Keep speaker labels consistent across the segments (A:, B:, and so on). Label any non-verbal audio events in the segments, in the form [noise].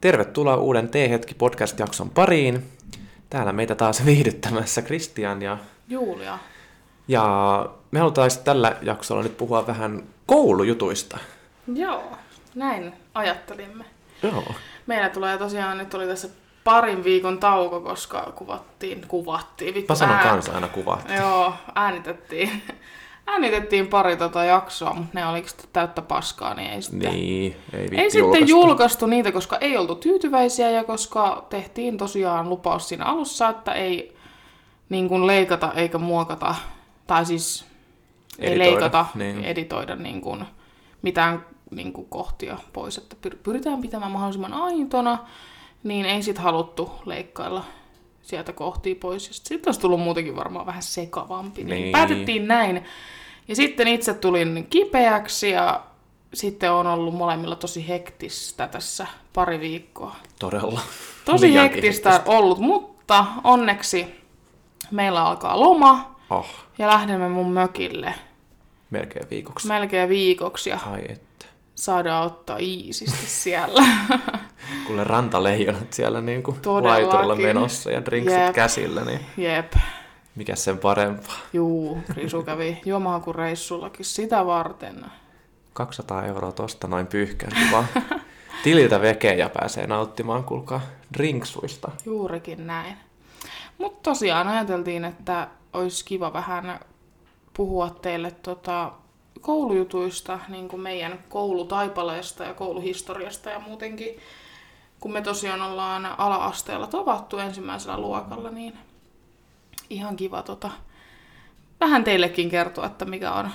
A: Tervetuloa uuden T-hetki podcast-jakson pariin. Täällä meitä taas [laughs] viihdyttämässä Kristian ja,
B: Julia.
A: ja me halutaan tällä jaksolla nyt puhua vähän koulujutuista.
B: Joo, näin ajattelimme.
A: Joo.
B: Meillä tulee tosiaan, nyt oli tässä parin viikon tauko, koska kuvattiin, kuvattiin. Vittu,
A: Mä sanon
B: ää-
A: kanssa aina kuvaa.
B: Joo, äänitettiin. [laughs] äänitettiin pari tota jaksoa, mutta ne oliko sitten täyttä paskaa, niin ei sitten...
A: Niin, ei viitti
B: Ei sitten
A: julkaista.
B: julkaistu niitä, koska ei oltu tyytyväisiä ja koska tehtiin tosiaan lupaus siinä alussa, että ei niin kuin leikata eikä muokata, tai siis ei
A: Editoida,
B: leikata,
A: niin.
B: niin. editoida niin kuin mitään niin kuin kohtia pois, että pyr- pyritään pitämään mahdollisimman aitona, niin ei sitten haluttu leikkailla sieltä kohtia pois. Sitten olisi tullut muutenkin varmaan vähän sekavampi, niin,
A: Niin.
B: niin. päätettiin näin. Ja sitten itse tulin kipeäksi ja sitten on ollut molemmilla tosi hektistä tässä pari viikkoa.
A: Todella.
B: Tosi
A: Liiankin
B: hektistä, hektistä ollut, mutta onneksi meillä alkaa loma
A: Oh,
B: ja lähdemme mun mökille
A: melkein viikoksi.
B: melkein viikoksi ja
A: Ai että.
B: saadaan ottaa iisisti siellä. [laughs]
A: Kuule rantaleijonat siellä niin kuin
B: Todellakin.
A: laiturilla menossa ja drinksit
B: Jep.
A: käsillä, niin
B: Jep,
A: mikä sen parempaa.
B: juu, Risu kävi juomahakureissullakin sitä varten.
A: 200 euroa tosta noin pyyhkään
B: [laughs]
A: vaan tililtä vekeä ja pääsee nauttimaan, kuulkaa, drinksuista.
B: Juurikin näin. Mutta tosiaan ajateltiin, että olisi kiva vähän puhua teille tota koulujutuista, niin kuin meidän koulutaipaleesta ja kouluhistoriasta ja muutenkin. Kun me tosiaan ollaan ala-asteella tavattu ensimmäisellä luokalla, niin ihan kiva tota, vähän teillekin kertoa, että mikä on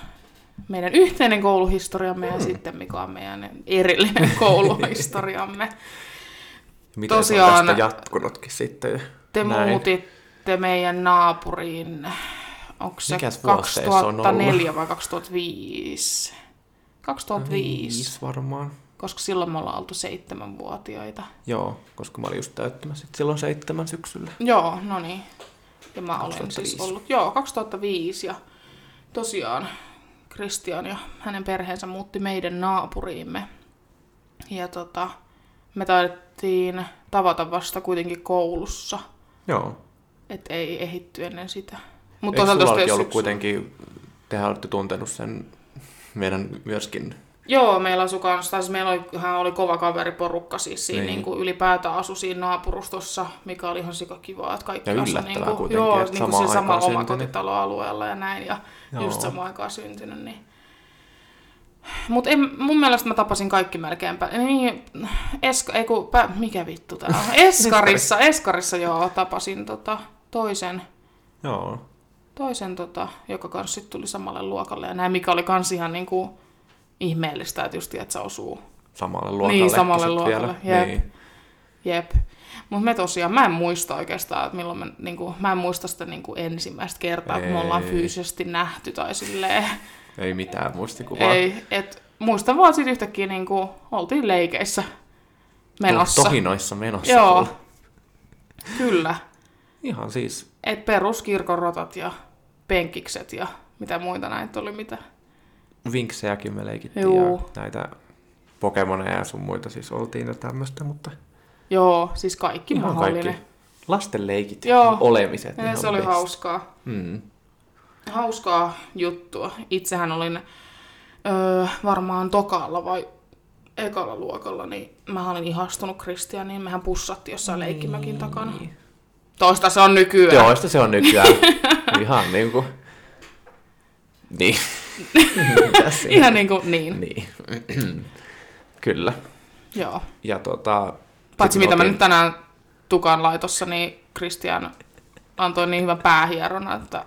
B: meidän yhteinen kouluhistoriamme ja sitten mikä on meidän erillinen [laughs] kouluhistoriamme.
A: Miten se on
B: Tosiaan-
A: tästä jatkunutkin sitten? ja
B: Te
A: näin?
B: Näin. muutitte meidän naapuriin, onko se
A: Mikäs vuosi se on ollut?
B: 2004 vai 2005? 2005,
A: Viisi varmaan.
B: koska silloin me ollaan oltu seitsemänvuotiaita.
A: Joo, koska mä olin just täyttämässä sit silloin seitsemän syksyllä.
B: Joo, no niin. Ja mä olen
A: 2005.
B: siis ollut, joo, 2005 ja tosiaan Kristian ja hänen perheensä muutti meidän naapuriimme. Ja tota, me taidettiin tavata vasta kuitenkin koulussa,
A: Joo.
B: et ei ehitty ennen sitä.
A: Mutta Eikö sulla
B: tosta
A: olikin
B: jos
A: ollut
B: yksi-
A: kuitenkin, tehän olette tuntenut sen meidän myöskin.
B: Joo, meillä asui kans, tai siis meillä oli, hän oli kova kaveriporukka siis siinä
A: Niin.
B: niin. Niin kuin ylipäätään asui siinä naapurustossa, mikä oli ihan sikakivaa, että kaikki
A: Ja
B: asui
A: yllättävää
B: niin kuin,
A: kuitenkin,
B: joo,
A: että
B: niin kuin
A: samaan
B: siinä
A: aikaan
B: samalla
A: syntynyt.
B: omakotitaloalueella ja näin, ja
A: Joo.
B: joo. just samaan aikaan syntynyt, niin mutta mun mielestä mä tapasin kaikki melkein pä- niin, eska, ei kun, pä- mikä vittu tää
A: [laughs]
B: on? Eskarissa, Eskarissa joo, tapasin tota, toisen
A: Joo.
B: toisen, tota, joka kanssa sit tuli samalle luokalle. Ja näin, mikä oli kans ihan niinku ihmeellistä, että just että se osuu.
A: Samalle luokalle.
B: Niin, samalle
A: sit
B: luokalle,
A: Vielä.
B: jep.
A: Niin.
B: Jep. Mutta me tosiaan, mä en muista oikeastaan, että milloin me, niinku, mä en muista sitä niinku ensimmäistä kertaa, kun me ollaan
A: Ei.
B: fyysisesti nähty tai silleen.
A: Ei mitään muistikuvaa.
B: Ei, et, muistan vaan sit yhtäkkiä niinku, oltiin leikeissä menossa.
A: Tohinoissa menossa.
B: Joo.
A: kuule.
B: Kyllä.
A: Ihan siis
B: Et peruskirkonrotat ja penkikset ja mitä muita näitä oli, mitä
A: vinksejäkin me leikittiin
B: Juu.
A: ja näitä Pokemoneja ja sun muita siis oltiin ja tämmöistä, mutta
B: Joo, siis kaikki
A: ihan
B: mahdollinen.
A: kaikki lasten leikit,
B: Joo.
A: olemiset.
B: Ja
A: ne
B: se
A: on
B: oli
A: best.
B: hauskaa,
A: Mm.
B: hauskaa juttua. Itsehän olin öö, varmaan tokalla vai ekalla luokalla, niin mä olin ihastunut Kristianiin. Mehän pussattiin jossain leikkimäkin takana. Toista se on nykyään.
A: Teoista se on nykyään ihan niinku...
B: [laughs]
A: Niin. Mitä siinä?
B: [laughs] Ihan niin kuin, niin.
A: niin. [clears throat] Kyllä.
B: Joo.
A: Ja tota...
B: Paitsi
A: sit me
B: mitä mä
A: oltiin-
B: nyt tänään Tukan laitossa, niin Kristian antoi niin hyvän päähieron, että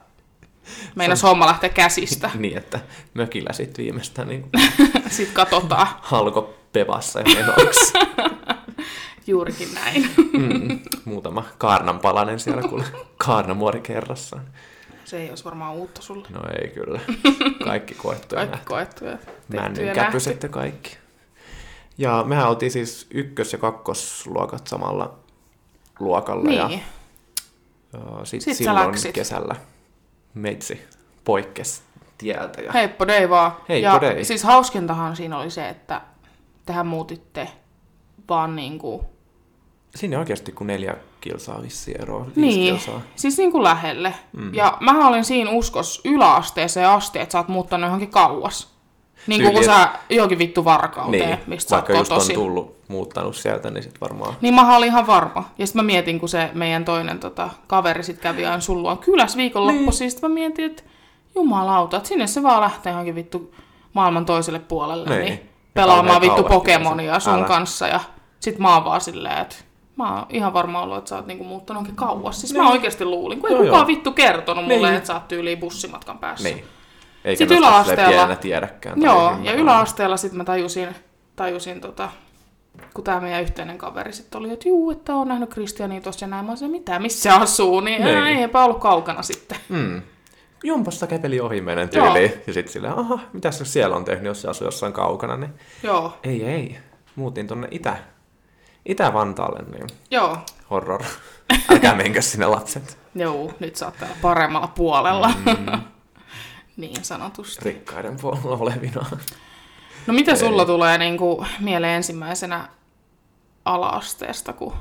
B: meinas homma lähtee käsistä. [laughs]
A: Niin, että mökillä sit viimeistään niin
B: Sitten katsotaan.
A: halko pevassa ja menoksi.
B: [laughs] Juurikin näin.
A: Mm. Muutama kaarnan palanen siellä,
B: [laughs]
A: kun kaarnamuori kerrassaan.
B: Se ei olisi varmaan uutta sulle.
A: No ei
B: [laughs]
A: kyllä. Kaikki koettu ja
B: Kaikki
A: nähty.
B: koettuja. tehty ja
A: Männyn
B: nähty.
A: käpyset ja kaikki. Ja mehän oltiin siis ykkös- ja kakkosluokat samalla luokalla. Ja,
B: Niin,
A: ja sit
B: Sit sä
A: silloin
B: läksit.
A: kesällä meitsi poikkes tieltä. Ja,
B: heippo dei vaan.
A: Heippo
B: ja
A: dei.
B: siis hauskintahan siinä oli se, että tehän muutitte vaan niinku
A: Sinne oikeasti kuin neljä kilsaa vissiin eroa. viisi
B: Niin,
A: Kilsaa.
B: siis niin kuin lähelle. Mm. Ja mä olin siinä uskos yläasteeseen asti, että sä oot muuttanut johonkin kauas. Niin kuin kun
A: Tyyliin,
B: sä johonkin vittu varkauteen,
A: Niin,
B: mistä sä oot
A: vaikka just on
B: kotoisin.
A: tullut, muuttanut sieltä, niin sit varmaan...
B: Niin mä olin ihan varma. Ja sitten mä mietin, kun se meidän toinen tota, kaveri sit kävi aina sullua kyläs viikonloppuisin, niin. sit mä mietin, että jumalauta, että sinne se vaan lähtee johonkin vittu maailman toiselle puolelle,
A: Niin.
B: niin,
A: Ja
B: niin pelaamaan
A: kauhean
B: vittu
A: kauas
B: Pokemonia
A: kylässä.
B: sun
A: Älä.
B: kanssa. Ja sit mä oon vaan silleen, että mä oon ihan varma ollut, että sä oot niinku muuttanut johonkin kauas. Siis niin. mä oikeasti luulin, kun ei
A: Joo,
B: kukaan
A: No joo.
B: vittu kertonut mulle,
A: Niin.
B: että sä oot tyyliin bussimatkan päässä.
A: Niin. Eikä
B: Sitten
A: noista
B: yläasteella-
A: silleen pienenä tiedäkään. tai
B: Joo, ja
A: ymmärrä.
B: yläasteella sitten mä tajusin, tajusin tota, kun tämä meidän yhteinen kaveri sitten oli, että juu, että on nähnyt Kristiania tossa ja näin. Mä olisin, mitä, missä asuu, niin
A: Niin.
B: ei, eipä ollut kaukana sitten.
A: Mm. Jumpasta käveli ohi menen
B: Joo.
A: tyyliin. Ja sitten silleen, aha, mitä se siellä on tehnyt, jos se asuu jossain kaukana, niin
B: Joo,
A: ei, ei. Muutin tonne itä, Itä-Vantaalle, niin
B: joo,
A: horror. Älkää menkö sinne lapset.
B: joo, nyt sä oot täällä paremmalla puolella. Mm. [laughs] niin sanotusti.
A: Rikkaiden puolella olevina.
B: No mitä sulla tulee niin kuin, mieleen ensimmäisenä alaasteesta, kun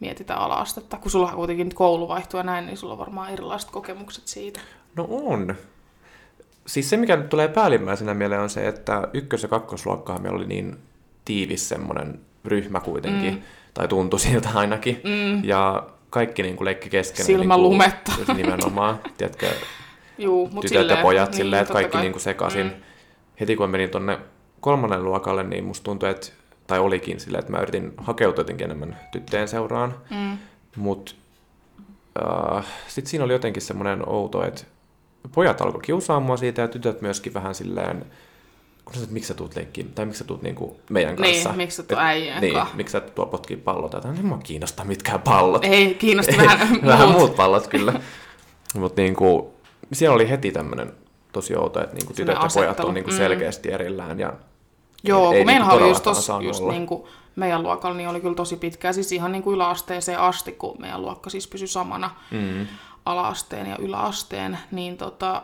B: mietitään alaastetta? Kun sulla kuitenkin nyt koulu vaihtuu ja näin, niin sulla on varmaan erilaiset kokemukset siitä.
A: No on. Siis se, mikä nyt tulee päällimmäisenä mieleen, on se, että ykkös- ja kakkosluokkaa meillä oli niin tiivis semmoinen ryhmä kuitenkin, mm. tai tuntui siltä ainakin, mm. ja kaikki niin kuin leikki keskenään.
B: Silmälumetta.
A: Niin kuin, nimenomaan, tiedätkö,
B: Juu, mut
A: tytöt silleen, ja pojat
B: niin,
A: silleen, että
B: totta
A: kaikki
B: kai.
A: niin kuin sekaisin. Mm. Heti kun mä menin tonne kolmannen luokalle, niin musta tuntui, että, tai olikin silleen, että mä yritin hakeutua jotenkin enemmän tyttöjen seuraan,
B: Mm.
A: Mutta äh, sitten siinä oli jotenkin semmoinen outo, että pojat alkoi kiusaamaan siitä ja tytöt myöskin vähän silleen, kun sä sanoit, miksi sä tuut leikkiin, tai miksi sä tuut niinku meidän
B: Niin,
A: kanssa.
B: miksi sä tuut
A: Et-
B: äijän
A: Niin,
B: kanssa.
A: miksi sä tuo potkii palloa tai jotain, en mä kiinnosta mitkään pallot.
B: Ei, kiinnosti vähän,
A: [laughs] vähän
B: muut.
A: muut pallot kyllä. Mutta niinku, siellä oli heti tämmöinen tosi outo, että niinku tytöt ja
B: Semmoinen
A: pojat
B: asettelu,
A: on niinku
B: mm.
A: selkeästi erillään. Ja,
B: Joo,
A: ei
B: kun
A: niinku
B: meillähän oli just,
A: todellakaan
B: tos,
A: saanut
B: just
A: olla.
B: niin kuin meidän luokalla, niin oli kyllä tosi pitkää, siis ihan niin kuin yläasteeseen asti, kun meidän luokka siis pysyi samana
A: mm,
B: alaasteen ja yläasteen, niin tota,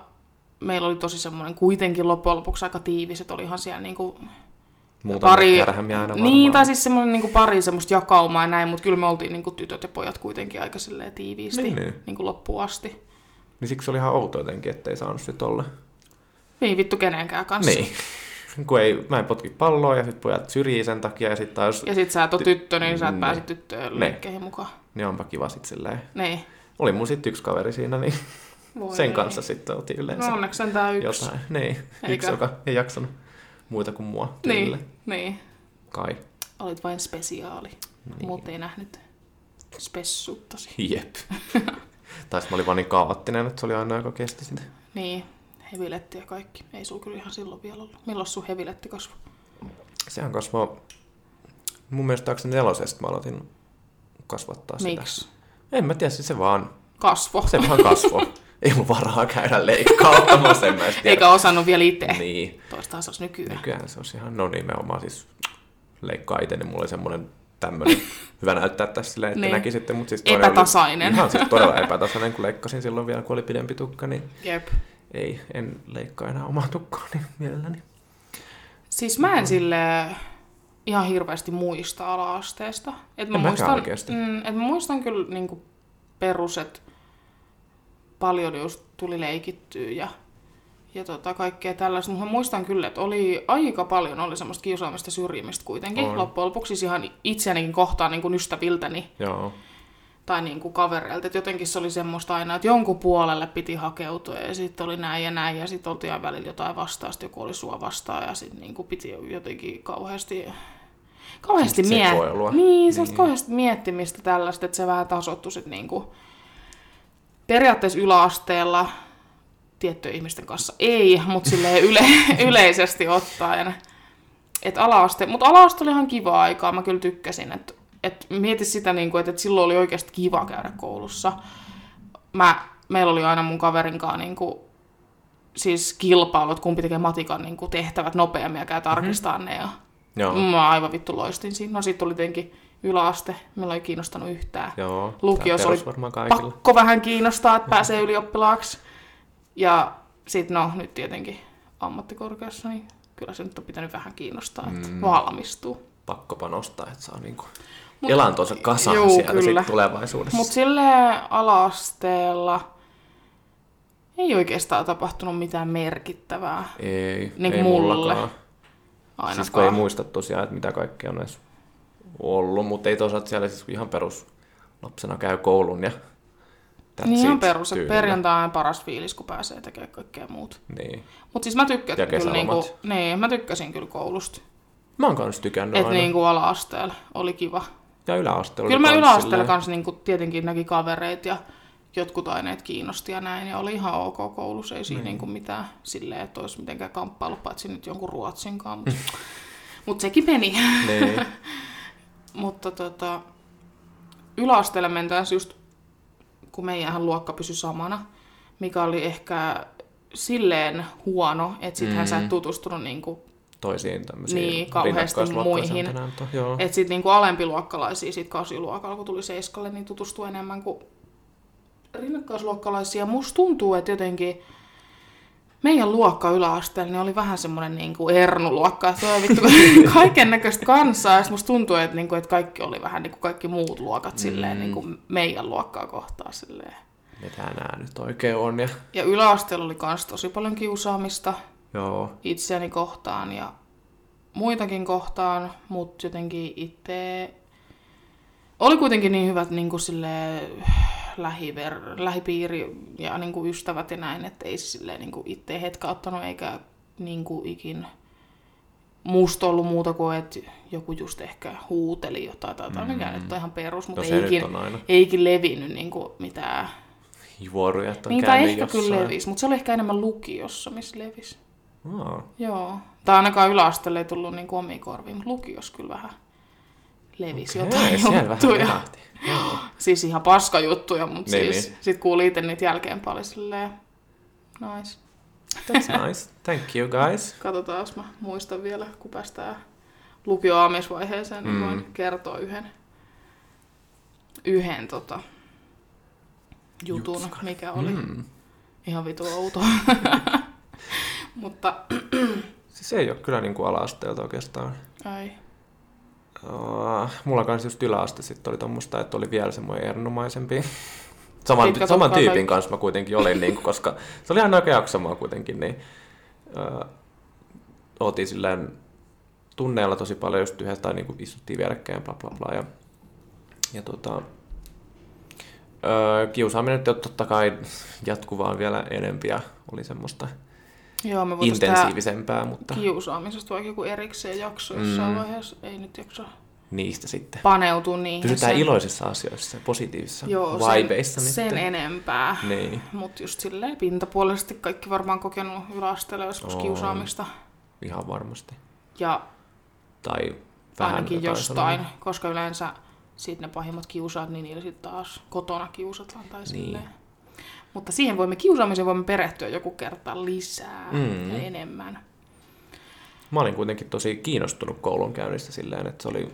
B: meillä oli tosi semmoinen kuitenkin loppujen lopuksi aika tiivis, että olihan siellä niin kuin
A: muuta
B: pari...
A: kärhämiä aina
B: niin, tai
A: varmaan.
B: siis semmoinen niin kuin pari semmoista jakaumaa ja näin, mutta kyllä me oltiin niin kuin tytöt ja pojat kuitenkin aika silleen tiiviisti
A: Niin,
B: niin,
A: niin.
B: niin. Niin kuin loppuun asti.
A: Niin siksi oli ihan outo jotenkin, ettei saanut sit olla.
B: Ei vittu kenenkään kanssa.
A: Niin. Kun ei, mä en potki palloa ja sitten pojat syrjii sen takia ja sitten taas,
B: Ja sit sä et oo tyttö, niin sä et
A: Ne.
B: pääse tyttöön
A: Ne.
B: liikkeihin mukaan.
A: niin onpa kiva sitten silleen.
B: Niin.
A: Oli mun sitten yksi kaveri siinä, niin
B: Voi
A: sen
B: ei.
A: kanssa sitten oltiin yleensä
B: No onneksi on tää yksi.
A: jotain. Niin, yksi,
B: Eikä.
A: joka ei jaksanut muita kuin mua tyylille.
B: Niin, niin.
A: Kai.
B: Olit vain spesiaali. Niin. Muut ei nähnyt spessuuttasi.
A: [laughs] Jep. tai sit mä olin vaan niin kaoottinen, että se oli aina, joka kesti sitä.
B: Niin, heviletti ja kaikki. Ei sul kyllä ihan silloin vielä ollut. Milloin sun heviletti kasvoi?
A: Sehän kasvoi, mun mielestä taakseni nelosesta mä aloitin kasvattaa sitä.
B: Miksi?
A: En mä tiedä, siis se vaan,
B: Kasvo.
A: se vaan kasvoi. [laughs] ei mun varaa käydä leikkauttamassa, en mä edes tiedä.
B: [laughs] Eikä osannut vielä itse. Niin.
A: Niin.
B: Toistaan se olisi nykyään.
A: Nykyään se olisi ihan, no nimenomaan siis leikkaa itse, niin mulla oli semmoinen
B: [laughs]
A: tämmöinen, hyvä näyttää tässä silleen, että niin.
B: Niin.
A: näkisitte, mutta siis toinen
B: Epätasainen.
A: Oli, ihan siis
B: [laughs]
A: todella epätasainen, kun leikkasin silloin vielä, kun oli pidempi tukka, niin
B: Jep.
A: ei, en leikkaa enää omaa tukkaani mielelläni.
B: Siis mä
A: Mm-hmm.
B: en sille ihan hirveästi muista ala-asteesta. Et mä,
A: En mäkään
B: muistan,
A: oikeesti.
B: mm, et mä muistan kyllä niinku peruset paljon just tuli leikittyä ja, ja tota kaikkea tällaista. Mutta mä muistan kyllä, että oli aika paljon oli semmoista kiusaamista ja syrjimistä kuitenkin.
A: On.
B: On. Loppujen lopuksi siis ihan itseänikin kohtaan niin kuin ystäviltäni
A: Joo,
B: tai niin kuin kavereilta. Et jotenkin se oli semmoista aina, että jonkun puolelle piti hakeutua ja sitten oli näin ja näin ja sitten oltiin aina välillä jotain vastaan, sitten joku oli sua vastaan ja sitten niin kuin piti jotenkin kauheasti, kauheasti
A: Semmosta
B: miettiä.
A: sekoilua.
B: Niin, semmoista
A: Niin.
B: niin. kauheasti miettimistä tällaista, että se vähän tasoittui sitten niin kuin periaatteessa yläasteella tiettyjen ihmisten kanssa ei, mutta silleen yle, [laughs] yleisesti ottaen. Et alaaste, mutta alaaste oli ihan kiva aikaa, mä kyllä tykkäsin. Et, et mieti sitä, niinku, että et silloin oli oikeasti kiva käydä koulussa. Mä, meillä oli aina mun kaverin kanssa niinku, siis kilpailut, kumpi tekee matikan niinku, tehtävät nopeammin ja käy tarkistaa mm-hmm. ne. Ja
A: Mhm. joo, mm.
B: mä aivan vittu loistin siinä. No sit oli tietenkin yläaste, meillä ei kiinnostanut yhtään.
A: joo.
B: Lukios
A: Tää perus
B: oli
A: varmaan kaikilla.
B: Pakko vähän kiinnostaa, että pääsee ylioppilaaksi. Ja sit no, nyt tietenkin ammattikorkeassa, niin
A: Mm.
B: kyllä se nyt on pitänyt vähän kiinnostaa, että valmistuu.
A: Pakko panostaa, että saa niinku Mut, elantonsa kasaan juu, sieltä kyllä. Sit tulevaisuudessa.
B: Mutta sille alasteella ei oikeastaan tapahtunut mitään merkittävää.
A: Ei,
B: Niin
A: ei
B: mulle.
A: mullakaan.
B: Ainakaan.
A: Siis kun ei muista tosiaan, että mitä kaikkea on edes ollut, mutta ei toisaalta siellä siis ihan perus lapsena käy koulun ja that's
B: niin ihan
A: it
B: perus, että
A: tyylillä.
B: perjantai on paras fiilis, kun pääsee tekemään kaikkea muut.
A: Niin.
B: Mutta siis mä tykkään
A: Ja
B: kyllä,
A: kesälomat.
B: niinku, niin, mä tykkäsin kyllä koulusta.
A: Mä oon kans tykännyt
B: että
A: aina.
B: niinku ala-asteella oli kiva.
A: Ja yläasteella.
B: Kyllä
A: oli
B: mä
A: kans
B: yläasteella
A: silleen-
B: kanssa niinku, tietenkin näki kavereit ja jotkut aineet kiinnosti ja näin. Ja oli ihan ok koulussa, ei siinä
A: Niin.
B: mm. niinku mitään silleen, että olisi mitenkään kamppailu, paitsi nyt jonkun ruotsinkaan. Mutta mut [laughs] sekin meni.
A: Niin.
B: Mutta tota, yläasteella mentäisiin just, kun meidänhän luokka pysyi samana, mikä oli ehkä silleen huono, että sittenhän mm. sä et tutustunut niinku,
A: Toisiin tämmöisiin
B: Niin, kauheasti
A: rinnakkaisluokkaisiin
B: muihin.
A: tänään, mutta Joo.
B: että sit niinku alempiluokkalaisia sit kasiluokalla, kun tuli seiskalle, niin tutustui enemmän kuin rinnakkaisluokkalaisia. Musta tuntuu, että jotenkin meidän luokka yläasteella niin oli vähän semmoinen niinku ernuluokka, että oli vittu kaiken näköistä kansaa, ja sit musta tuntuu, että, niinku, että kaikki oli vähän niin kuin kaikki muut luokat silleen, niinku meidän luokkaa kohtaan silleen.
A: Mitä nää nyt oikein on ja...
B: Ja yläasteella oli myös tosi paljon kiusaamista
A: Joo.
B: itseäni kohtaan ja muitakin kohtaan, mutta jotenkin itse... Oli kuitenkin niin hyvät niin kuin sille, lähiver, lähipiiri ja niin kuin ystävät ja näin, että ei se silleen, niin kuin itse hetkä ottanut eikä niin kuin ikin musta ollut muuta kuin, että joku just ehkä huuteli jotain tai jotain, mikä nyt on ihan perus, mutta
A: No
B: no,
A: se nyt
B: eikin,
A: on aina.
B: eikin levinnyt niin kuin mitään
A: Juoruja, että on
B: niin, tai
A: käynyt
B: ehkä
A: jossain.
B: kyllä levis, mutta se oli ehkä enemmän lukiossa, missä levis.
A: Aa,
B: Joo. Tai ainakaan yläasteelle ei tullut niin omiin korviin, mutta lukiossa kyllä vähän levisi okay,
A: hei,
B: Siis jotain
A: siellä vähän
B: juttuja.
A: venähti. Joo.
B: Siis ihan paskajuttuja, mutta
A: Niin,
B: siis
A: niin.
B: sit kuuli itse niitä jälkeen paljon silleen, nice.
A: That's nice. Thank you guys.
B: Katsotaan, jos mä muistan vielä, kun päästään lukioaamisvaiheeseen, niin
A: Mm.
B: voin kertoa yhden, yhden tota, jutun,
A: Jutskan.
B: mikä oli
A: Mm.
B: ihan vitu outo. [laughs] Mutta,
A: Siis ei ole kyllä niinku ala-asteelta oikeastaan.
B: ai,
A: Uh, mulla kanssa just yläaste sitten oli tommosta, että oli vielä semmoinen erinomaisempi. Saman,
B: Pitkä
A: saman
B: tukka
A: tyypin
B: kaikki.
A: kanssa mä kuitenkin olin, niin, koska se oli aina oikein jaksamaa kuitenkin, niin uh, oltiin silleen tunneilla tosi paljon just yhdessä tai niin istuttiin vierekkäin bla bla bla ja, ja tota, öö, kiusaaminen nyt totta kai jatkuvaa vielä enempi ja oli semmoista
B: joo me voitaisiin tää
A: intensiivisempää, mutta
B: kiusaamisesta vaikka joku erikseen jakso jossain
A: Mm.
B: vaiheessa. Ei nyt jaksa
A: niistä sitten.
B: paneutua niihin.
A: Pysytään
B: sen-
A: iloisissa asioissa, positiivisissa
B: Joo,
A: vibeissa.
B: sen,
A: nytten.
B: sen enempää.
A: Niin,
B: Mutta just silleen pintapuolisesti kaikki varmaan kokenut yläasteella joskus
A: On.
B: kiusaamista.
A: ihan varmasti.
B: Ja
A: Tai
B: Vähän
A: vähän
B: ainakin
A: jotain
B: jostain,
A: sellainen.
B: sellainen. koska yleensä sit ne pahimmat kiusaat, niin niillä sitten taas kotona kiusataan tai niin. silleen. Mutta siihen voimme, kiusaamiseen voimme perehtyä joku kerta lisää mm.
A: Mm.
B: ja enemmän.
A: Mä olin kuitenkin tosi kiinnostunut koulunkäynnistä silleen, että se oli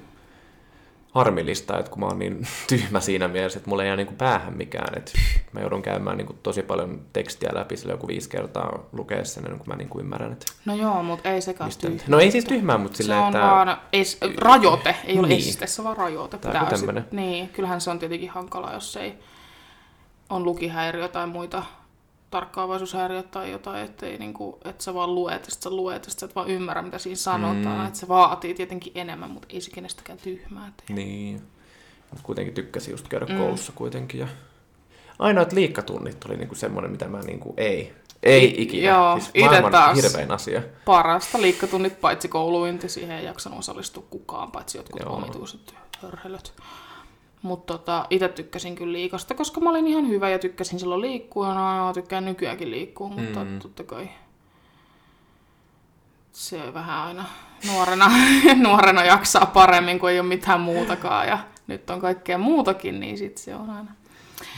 A: harmillista, että kun mä oon niin [laughs] tyhmä siinä mielessä, että mulla ei jää niin kuin päähän mikään. Että mä joudun käymään niin kuin tosi paljon tekstiä läpi sille joku viisi kertaa lukea sen, ennen kuin mä niin kuin ymmärrän, että
B: No joo, mutta ei sekaan
A: mistä...
B: tyhjä.
A: No ei siis tyhmää, mutta
B: Se
A: silleen,
B: on
A: että...
B: vaan es, rajoite, ei ole
A: Niin.
B: este, se on vaan rajoite.
A: Tää on joku
B: sit-
A: tämmönen.
B: niin, kyllähän se on tietenkin hankala, jos ei on lukihäiriö tai muita tarkkaavaisuushäiriöt tai jotain, ettei niinku, että sä vaan luet ja sit sä luet ja sit sä et vaan ymmärrä, mitä siinä sanotaan. Mm. Että se vaatii tietenkin enemmän, mutta ei se kenestäkään tyhmää tee.
A: Niin. Mut kuitenkin tykkäsin just käydä mm. koulussa kuitenkin. Ja... Ainoat liikkatunnit oli niinku semmoinen, mitä mä niinku ei. Ei
B: I-
A: ikinä. Siis
B: joo, ite
A: maailman
B: taas.
A: hirvein asia.
B: Parasta liikkatunnit paitsi kouluinti, siihen ei jaksanut osallistua kukaan, paitsi jotkut
A: Joo.
B: omituiset hörhelöt. Mutta tota, itse tykkäsin kyllä liikasta, koska mä olin ihan hyvä ja tykkäsin silloin liikkua. No, mä tykkään nykyäänkin liikkua, mutta mm. totta kai se vähän aina nuorena, [laughs] nuorena jaksaa paremmin, kun ei ole mitään muutakaan. Ja nyt on kaikkea muutakin, niin sit se on aina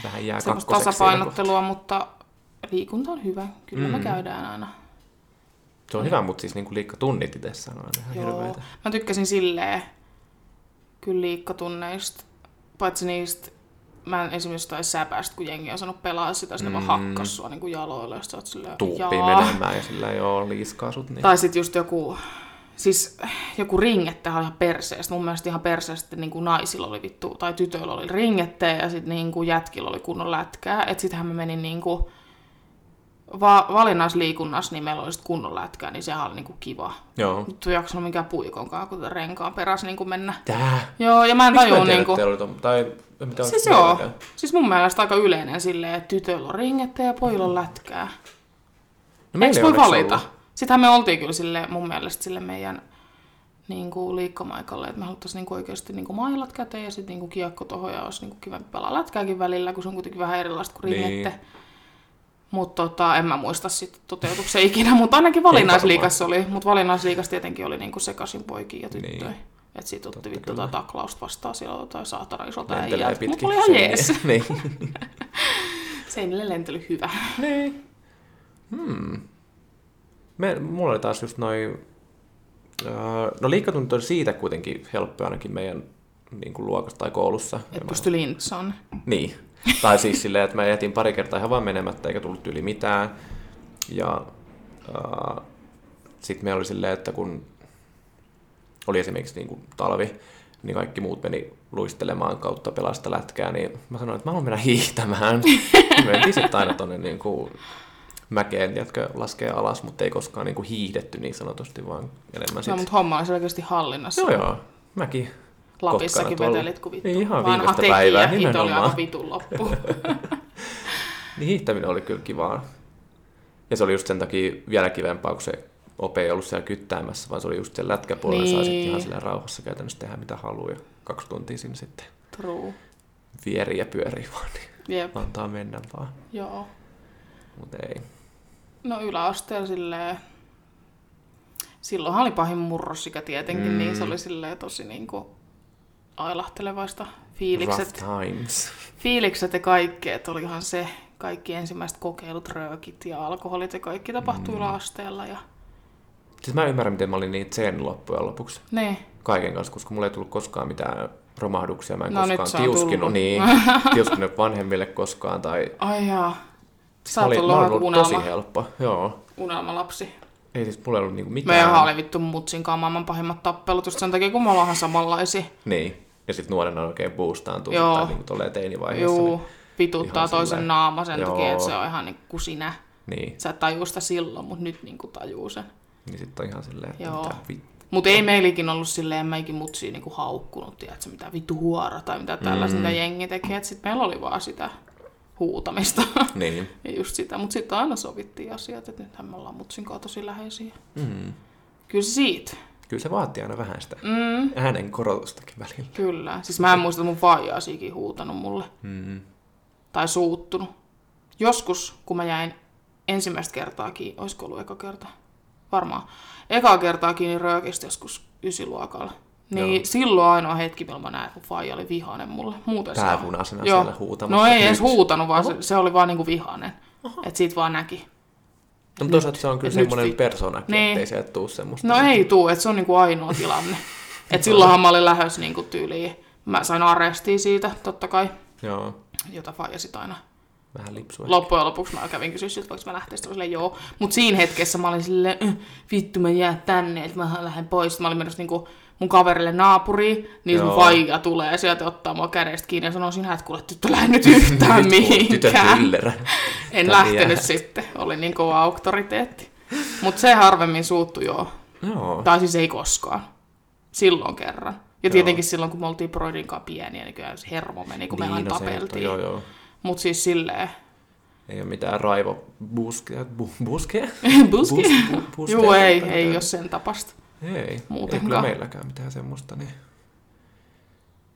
A: Vähän jää
B: semmoista
A: kakkoseksi
B: tasapainottelua, mutta liikunta on hyvä. Kyllä mm. me
A: Mm.
B: käydään aina
A: siinä kohtaa. Se on hyvä, mutta siis niinku liikkatunnit itsessään on aina ihan
B: Joo.
A: hirveitä.
B: Mä tykkäsin silleen kyllä liikkatunneista, paitsi niistä, mä en esimerkiksi tai säpästä, kun jengi on saanut pelaa sitä, sitten mm. vaan hakkas sua niin jaloilla, jos sä oot silleen,
A: Tuuppi
B: "Jaa."
A: menemään ja sillä ei ole liiskaa sut. Niin...
B: Tai sitten just joku Siis joku ringette oli ihan perseestä. Mun mielestä ihan perseestä niin kuin naisilla oli vittu, tai tytöillä oli ringette ja sitten niin kuin jätkillä oli kunnon lätkää. Että sitähän mä menin niin kuin va- valinnaisliikunnassa, niin meillä oli sit kunnon lätkää, niin sehän oli niin kuin kiva.
A: Joo.
B: Nyt ei jaksanut mikään puikonkaan, kun renkaan peräs niin kuin mennä.
A: Tää?
B: Joo, ja mä en
A: Miksi mä
B: tajua
A: en tiedä,
B: niin
A: että
B: kuin...
A: teillä oli tom... Tai mitä
B: Siis
A: teillä
B: joo.
A: oli?
B: Siis mun mielestä aika yleinen silleen, että tytöillä on ringette ja pojilla on lätkää.
A: No, meillä
B: Eikö
A: ei
B: voi
A: onneksi
B: valita?
A: ollut.
B: Sitähän me oltiin kyllä sille, mun mielestä sille meidän niin kuin liikkomaikalle, että me haluttaisiin niin oikeasti niin kuin mailat käteen ja sitten niin kuin kiekko tohon ja olisi niin kuin kivempi pelaa lätkääkin välillä, kun se on kuitenkin vähän erilaista kuin
A: Niin.
B: ringette. Mutta tota, en mä muista sitten toteutuksen ikinä, mutta ainakin valinnaisliikassa oli. Mutta valinnaisliikassa tietenkin oli niinku sekasin poikia ja tyttöjä.
A: Niin.
B: Niin. Että sit otti vittu
A: kyllä.
B: jotain taklausta vastaan siellä jotain saatana isolta
A: Lentelee
B: äijältä. Mutta
A: pitkin
B: oli ihan
A: seiniä. [laughs]
B: jees.
A: niin.
B: Seinille lentely hyvä.
A: niin. Hmm. Me, mulla oli taas just noin... Uh, no liikkatunnit oli siitä kuitenkin helppo ainakin meidän niin kuin luokassa tai koulussa.
B: Että pysty lintsaan.
A: Niin. Tai siis silleen, että mä jätin pari kertaa ihan vaan menemättä, eikä tullut yli mitään. Ja äh, sitten meillä oli silleen, että kun oli esimerkiksi niin kuin talvi, niin kaikki muut meni luistelemaan kautta pelasta lätkää, niin mä sanoin, että mä haluan mennä hiihtämään. Me mentiin sitten aina tonne niin kuin mäkeen, jotka laskee alas, mutta ei koskaan niin kuin hiihdetty niin sanotusti, vaan enemmän
B: No,
A: sitten.
B: mutta homma on selkeästi hallinnassa.
A: Joo, joo. Mäki.
B: Lapissakin
A: Kotkana tuolla.
B: vetelit kuin vittu.
A: Niin, ihan
B: Vanha
A: viimeistä
B: tekijä,
A: päivää,
B: hit oli
A: nimenomaan.
B: aika
A: [laughs]
B: vitun loppu.
A: Niin hiihtäminen oli kyllä kivaa. Ja se oli just sen takia vielä kivempaa, kun se ope ei ollut siellä kyttäämässä, vaan se oli just siellä lätkäpuolella, niin. sai sitten
B: Niin.
A: ihan siellä rauhassa käytännössä tehdä mitä haluaa. Ja kaksi tuntia sinne sitten
B: True.
A: vieri ja pyörii [laughs] vaan, niin
B: Jep,
A: antaa mennä vaan.
B: joo.
A: Mutta ei.
B: No yläasteella silleen... Silloinhan oli pahin murrosikä tietenkin,
A: Mm.
B: mm. niin se oli silleen tosi niinku ailahtelevaista. Fiilikset,
A: Rough times.
B: fiilikset ja kaikki, että olihan se kaikki ensimmäiset kokeilut, röökit ja alkoholit ja kaikki tapahtui mm. yläasteella. Ja...
A: Siis mä ymmärrän, miten mä olin niin sen loppujen lopuksi
B: Niin,
A: kaiken kanssa, koska mulla ei tullut koskaan mitään romahduksia. Mä en
B: No, nyt se
A: koskaan
B: on
A: tiuskinut,
B: tullut. [laughs]
A: niin, tiuskinut vanhemmille koskaan. Tai...
B: ai jaa. Sä
A: Siis Mä
B: oot
A: olin,
B: ollut
A: mä
B: vähän
A: olin ollut
B: kuin
A: tosi
B: unelma,
A: helppo. Joo.
B: unelmalapsi.
A: Ei siis mulla ei ollut niinku mitään.
B: Meidän oli vittu mutsinkaan maailman pahimmat tappelut just sen takia, kun me ollaan samanlaisia.
A: Niin. Ja sitten nuorena oikein boostaantuu
B: Joo.
A: tai niinku tolleen teinivaiheessa.
B: Juu,
A: ihan
B: vituttaa
A: silleen.
B: toisen naama sen
A: Joo.
B: takia, että se on ihan niin kuin sinä.
A: Niin, niin.
B: Sä et tajuu sitä silloin, mutta nyt niin kuin tajuu sen.
A: niin sitten on ihan silleen, että
B: Joo.
A: mitä vittu.
B: Mutta ei meilläkin ollut silleen, en mäikin mutsia niinku haukkunut, tiedätkö, mitä vittu huora tai mitä tällaista,
A: Mm.
B: mitä jengi tekee. Sitten meillä oli vaan sitä huutamista [laughs]
A: Niin.
B: ja just sitä. Mutta sitten aina sovittiin asiat, että nythän me ollaan mutsinkaan tosi läheisiä.
A: Mm.
B: Kyllä se siitä.
A: Kyllä se vaatii aina vähän sitä
B: Mm,
A: äänen korotustakin välillä.
B: kyllä. Siis mä en muista, että mun vaijaasikin huutanut mulle.
A: Mm.
B: tai suuttunut. Joskus, kun mä jäin ensimmäistä kertaa kiinni, olisiko ollut eka kerta? Varmaan. Ekaa kertaa kiinni röökistä joskus ysiluokalla. Niin
A: Joo.
B: Joo. silloin ainoa hetki, milloin mä näin, kun faija oli vihainen mulle. Muuten
A: Pää
B: se
A: punaisena
B: Joo.
A: siellä huutamassa.
B: No ei edes
A: Nyt.
B: huutanut, vaan se, se, oli vaan niinku vihainen. Että siitä vaan näki.
A: No, mutta toisaalta se on kyllä
B: Nyt
A: semmoinen
B: vittu.
A: persona,
B: Niin.
A: ettei se tuu semmoista.
B: No ei tuu, että se on niinku ainoa
A: [laughs]
B: tilanne. Et silloinhan mä olin lähes niinku tyyliin. Mä sain arestia siitä, totta kai,
A: Joo,
B: jota faija sit aina
A: vähän lipsua.
B: Loppujen lopuksi mä kävin kysyä siltä, voinko mä lähteä sitten silleen, joo. Mutta siinä hetkessä mä olin silleen, "Äh, vittu mä jää tänne, että mä lähden pois. Mä olin menossa niinku mun kaverille naapuriin, niin
A: Joo.
B: sun vaija tulee sieltä ja ottaa mua kädestä kiinni ja sanoo sinä, että kuule tyttö lähde nyt yhtään
A: Nyt kuuluu Tytön
B: mihinkään.
A: yllerä.
B: En
A: Tänne
B: lähtenyt
A: jää.
B: sitten, oli niin kova auktoriteetti. Mutta se harvemmin suuttu joo,
A: Joo.
B: tai siis ei koskaan. Silloin kerran. Ja
A: Joo.
B: tietenkin silloin, kun me oltiin Broidin kanssa pieniä, niin kyllä se hermo meni, kun me
A: Niin,
B: aina
A: no se nyt on-
B: tapeltiin.
A: Joo, joo.
B: Mutta siis silleen,
A: Ei ole mitään raivo buskeja. Bu, buskeja?
B: Buski.
A: Bus- bu- buskeja
B: Joo, ei,
A: tai
B: ei
A: mitään.
B: ole sen tapasta.
A: Ei, ei
B: Muutenkaan.
A: kyllä meilläkään mitään semmoista. Niin.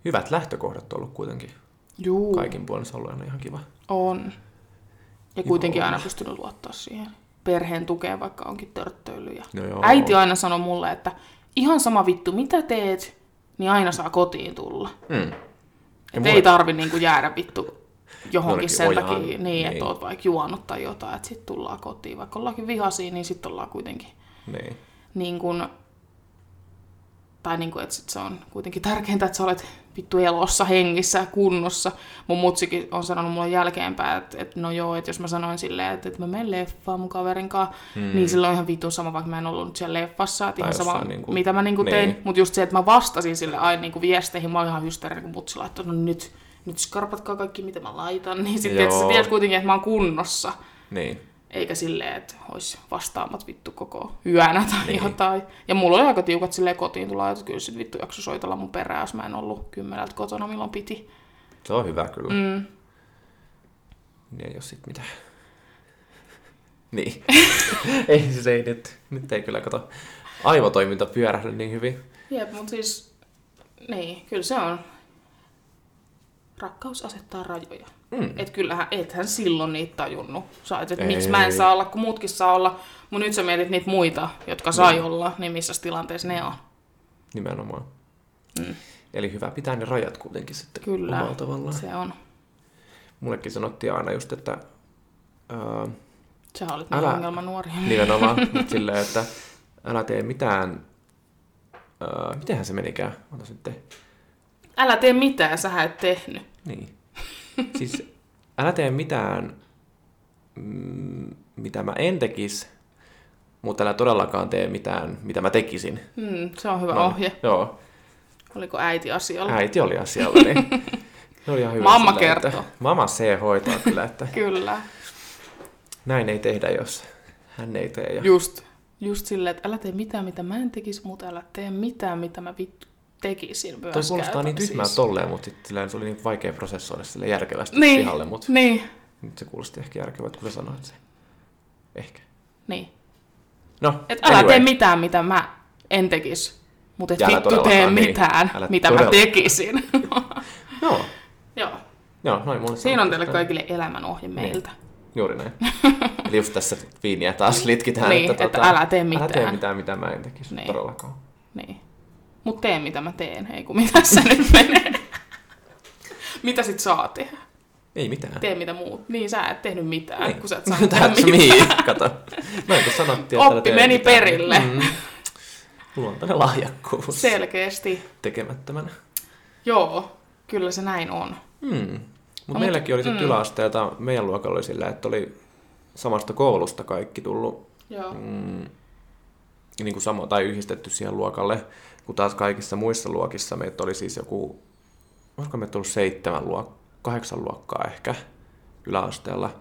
A: Hyvät lähtökohdat on ollut kuitenkin.
B: Juu,
A: Kaikin puolin se on ollut aina ihan kiva.
B: on. Ja kuitenkin
A: Joo.
B: aina pystynyt luottaa siihen. Perheen tukeen, vaikka onkin törttöily. Ja...
A: No joo.
B: Äiti aina sanoi mulle, että ihan sama vittu, mitä teet, niin aina saa kotiin tulla.
A: Mm.
B: Et
A: mulle-
B: ei tarvi niinku jäädä vittu
A: Jollekin
B: johonkin sen
A: ojaan,
B: takia, niin, niin.
A: niin.
B: että oot vaikka juonut tai jotain, että sitten tullaan kotiin. Vaikka ollaankin vihaisia, niin sitten ollaan kuitenkin
A: Niin.
B: niin kun, tai niin kuin, että sit se on kuitenkin tärkeintä, että sä olet vittu elossa, hengissä, kunnossa. Mun mutsikin on sanonut mulle jälkeenpäin, että, että no joo, että jos mä sanoin silleen, että, että mä menen leffaan mun kaverin kanssa, hmm. niin silloin on ihan vitun sama, vaikka mä en ollut nyt siellä leffassa, että
A: Tai
B: ihan
A: jossain
B: sama,
A: niinku-
B: niinku, mitä mä niinku
A: niin.
B: niin. tein. Mutta just se, että mä vastasin sille aina niinku viesteihin, mä oon ihan hysteerinen, kun mutsi laittoi, no nyt, nyt skarpatkaa kaikki, mitä mä laitan, [laughs] niin sitten että sä
A: Joo.
B: tiedät kuitenkin, että mä oon kunnossa.
A: Niin.
B: Eikä silleen, että olisi vastaamat vittu koko yönä tai
A: Niin.
B: niin. jotain. Ja mulla oli aika tiukat silleen kotiin tulla, että kyllä sit vittu jakso soitella mun perään, jos mä en ollut kymmeneltä kotona milloin piti.
A: Se on hyvä kyllä. Mm. Niin ei ole sit [laughs] mitään. Niin. ei siis ei nyt. Nyt ei kyllä kato. Aivotoiminta pyörähdy niin hyvin.
B: Jep, mutta siis, niin, kyllä se on. Rakkaus asettaa rajoja.
A: Mm.
B: Et kyllähän, ethän silloin niitä tajunnut. Sä et, että miksi
A: Ei.
B: mä en saa olla, kun muutkin saa olla. Mun nyt sä mietit niitä muita, jotka sai olla, niin missä tilanteessa ne on.
A: Nimenomaan. Mm. Eli hyvä pitää ne rajat kuitenkin sitten
B: Kyllä,
A: omalla tavallaan.
B: se on.
A: Mullekin sanottiin aina just, että öö,
B: Sä olit
A: Älä-
B: Älä... ongelma nuori.
A: nimenomaan
B: [laughs]
A: mut silleen, että älä tee mitään. Öö, mitenhän se menikään? Ota sitten.
B: Älä tee mitään, sä et tehnyt.
A: Niin. Siis älä tee mitään, mm, mitä mä en tekis, mutta älä todellakaan tee mitään, mitä mä tekisin.
B: Hmm, se on hyvä
A: No,
B: no. ohje.
A: Joo.
B: Oliko äiti asialla?
A: Äiti oli asialla, niin se oli ihan hyvä.
B: Mamma
A: silleen, että
B: kertoo.
A: Mamma se hoitaa kyllä, että
B: Kyllä.
A: näin ei tehdä, jos hän ei tee. Ja...
B: Just. Just silleen, että älä tee mitään, mitä mä en tekisi, mutta älä tee mitään, mitä mä vittu tekisin.
A: Toi
B: myöskään.
A: kuulostaa niin tyhmää
B: Siis-
A: tolleen, mutta sit silleen se oli niin vaikea prosessoida sille järkevästi
B: Niin.
A: pihalle, mutta
B: Niin,
A: nyt se kuulosti ehkä järkevältä, kun sä sanoit sen. Ehkä.
B: niin.
A: No,
B: Et älä anyway. tee mitään, mitä mä en tekisi. Mutta et
A: Ja älä
B: vittu
A: todellakaan,
B: tee
A: niin.
B: mitään,
A: Älä
B: mitä
A: todella-
B: mä tekisin. [laughs]
A: Joo,
B: Joo.
A: joo, noin mulle
B: Siinä
A: sanottu
B: on teille
A: sitä.
B: kaikille elämän
A: Niin.
B: ohje meiltä.
A: Juuri näin. [laughs] Eli just tässä viiniä taas litkitään. tota,
B: Niin, että älä tee mitään.
A: Älä tee mitään, mitä mä en tekisi niin.
B: Niin.
A: todellakaan.
B: Niin. Mut tee mitä mä teen, ei kun mitä se nyt
A: [laughs]
B: menee. mitä sit saa tehdä?
A: Ei mitään.
B: Tee mitä muut. Niin sä et tehnyt mitään,
A: Niin.
B: kun sä et
A: [laughs]
B: saanut tehdä
A: Tähän se
B: mitään.
A: mihin, kato. Noin kun sanottiin, että älä
B: Oppi
A: tee
B: meni
A: mitään.
B: perille.
A: Mm. Luontainen lahjakkuus Sel-
B: Selkeästi.
A: tekemättömänä.
B: Joo, kyllä se näin on.
A: Mm. Mutta
B: mut-
A: meilläkin oli se mm. yläasteelta, meidän luokalla oli sillä, että oli samasta koulusta kaikki tullut
B: Joo.
A: mm, niin kuin samo, tai yhdistetty siihen luokalle, kun taas kaikissa muissa luokissa meitä oli siis joku, olisiko meitä ollut seitsemän luokkaa, kahdeksan luokkaa ehkä yläasteella.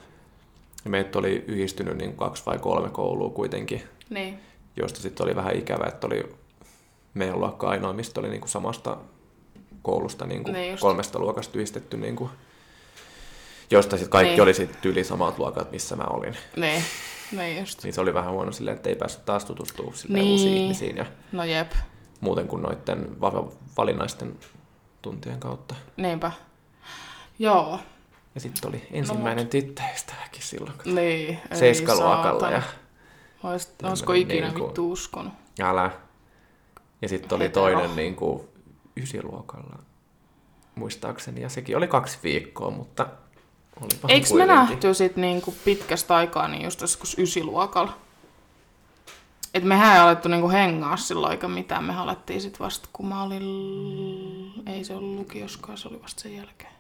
A: Ja meitä oli yhdistynyt niin kaksi vai kolme koulua kuitenkin,
B: Niin.
A: joista sitten oli vähän ikävä, että oli meidän luokka ainoa, mistä oli niin kuin samasta koulusta niin kuin
B: Niin just.
A: kolmesta luokasta yhdistetty, niin kuin, josta sitten kaikki
B: Niin.
A: oli sitten yli samat luokat, missä mä olin.
B: Niin. Niin just.
A: Niin se oli vähän huono silleen, että ei päässyt taas tutustua silleen niin.
B: Niin.
A: uusiin ihmisiin ja
B: No jep.
A: muuten kuin noiden va- valinnaisten tuntien kautta.
B: Niinpä. Joo.
A: Ja sitten oli ensimmäinen no, tyttöystäväkin silloin, kun
B: Niin. ei
A: seiskaluokalla ja
B: saatana. Ois-
A: Tämmönen
B: Olisiko ikinä
A: niinku-
B: vittu uskonut?
A: älä. Ja sitten oli
B: Hetero.
A: toinen niin kuin ysiluokalla, muistaakseni, ja sekin oli kaksi viikkoa, mutta olipa
B: Eikö me nähty sit niinku pitkästä aikaa niin just joskus ysiluokalla? Et mehän ei alettu niinku hengaa silloin eikä mitään. Me alettiin sit vasta, kun mä olin... Ei se ollut lukioskaan, se oli vasta sen jälkeen.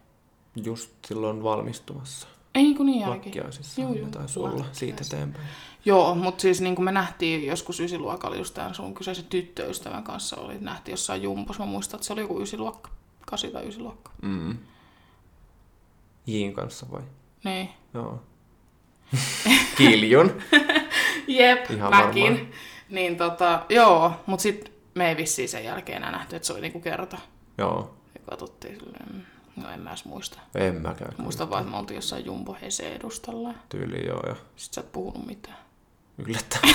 A: Just silloin valmistumassa.
B: Ei kun niin jälkeen.
A: Lakkiaisissa
B: Juu, juu,
A: taisi olla siitä
B: lakkiaisissa.
A: eteenpäin.
B: Joo, mutta siis niin kuin me nähtiin joskus ysiluokalla just tämän sun kyseisen tyttöystävän kanssa, oli, nähtiin jossain jumpos, mä muistan, että se oli joku ysiluokka, kasi tai ysiluokka.
A: Mm. Jin kanssa vai?
B: Niin.
A: Joo. Kiljun.
B: Jep,
A: Ihan
B: mäkin.
A: varmaan.
B: Niin tota, joo, mutta sitten me ei vissiin sen jälkeen enää nähty, että se oli niinku kerta.
A: Joo,
B: Ja katsottiin silleen, no en mä edes muista.
A: en mäkään. kyllä.
B: Muistan vaan, että me oltiin jossain Jumbo Hese edustalla.
A: Tyyli joo ja
B: Sitten sä et puhunut mitään.
A: yllättävää.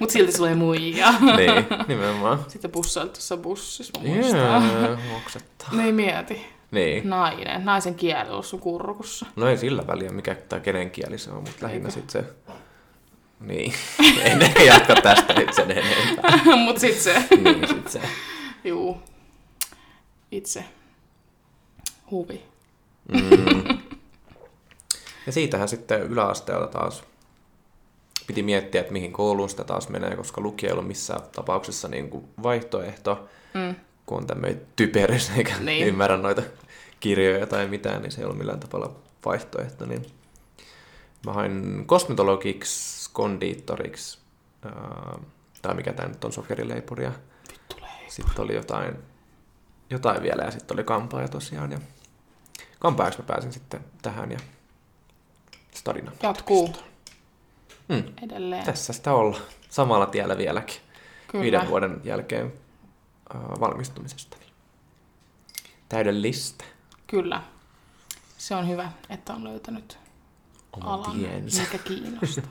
B: Mut silti sulla ei muijia.
A: [laughs] niin, nimenomaan.
B: Sitten pussailtiin tuossa bussissa, mä muistan.
A: Jee, oksettaa.
B: Niin mieti. Mm.
A: Niin.
B: Nainen. Naisen kieli on sun kurkussa.
A: [laughs] No ei sillä väliä, mikä tai kenen kieli se on, mutta lähinnä sitten se... Niin. [laughs] en ehkä jatka tästä nyt sen enempää.
B: Mut sit se,
A: Niin, sit se.
B: juu, itse huvi.
A: Ja siitähän sitten yläasteelta taas piti miettiä, että mihin kouluun sitä taas menee, koska lukio ei ollut missään tapauksessa niin kuin vaihtoehto,
B: Mm.
A: kun on tämmöinen typerys eikä
B: Niin.
A: niin. ymmärrä noita kirjoja tai mitään, niin se ei ollut millään tavalla vaihtoehto. Niin mä hain kosmetologiksi, kondiittoriksi, ää, tai mikä tämä nyt on, sokerileipuria.
B: Vittu lei.
A: Sitten oli jotain, jotain vielä ja sitten oli kampaaja tosiaan. Ja kampaajaksi mä pääsin sitten tähän ja stadina.
B: Jatkuu
A: Mm.
B: edelleen.
A: Tässä sitä ollaan. Samalla tiellä vieläkin.
B: Kyllä.
A: Viiden vuoden jälkeen äh, valmistumisesta. Täydellistä.
B: Kyllä. Se on hyvä, että on löytänyt
A: Oma
B: alan,
A: tiensä.
B: mikä kiinnostaa.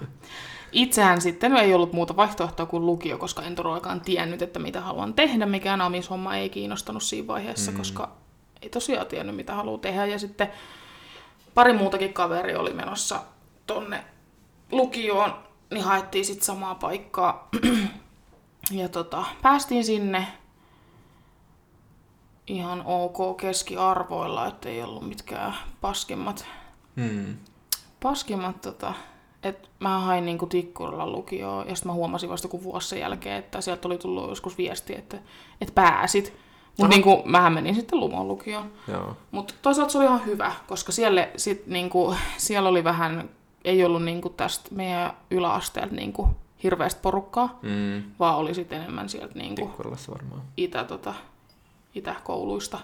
B: Itsehän sitten ei ollut muuta vaihtoehtoa kuin lukio, koska en todellakaan tiennyt, että mitä haluan tehdä. Mikään aamishomma ei kiinnostanut siinä vaiheessa, mm. koska ei tosiaan tiennyt, mitä haluaa tehdä. Ja sitten pari muutakin kaveri oli menossa tonne lukioon, niin haettiin sitten samaa paikkaa. [clears throat] ja tota, päästiin sinne ihan ok keskiarvoilla, ettei ollut mitkään paskemmat
A: Mm.
B: paskimmat, tota, että mä hain niinku tikkurilla lukioon, ja sitten mä huomasin vasta kun vuosi sen jälkeen, että sieltä oli tullut joskus viesti, että, että pääsit.
A: Aha.
B: Mutta niinku, mähän menin sitten Lumon lukioon.
A: Joo.
B: Mutta toisaalta se oli ihan hyvä, koska siellä, sit, niinku, siellä oli vähän, ei ollut niinku tästä meidän yläasteelta niinku, hirveästi porukkaa,
A: Mm.
B: vaan oli sitten enemmän sieltä niinku,
A: Tikkurilassa varmaan.
B: itä, tota, itäkouluista,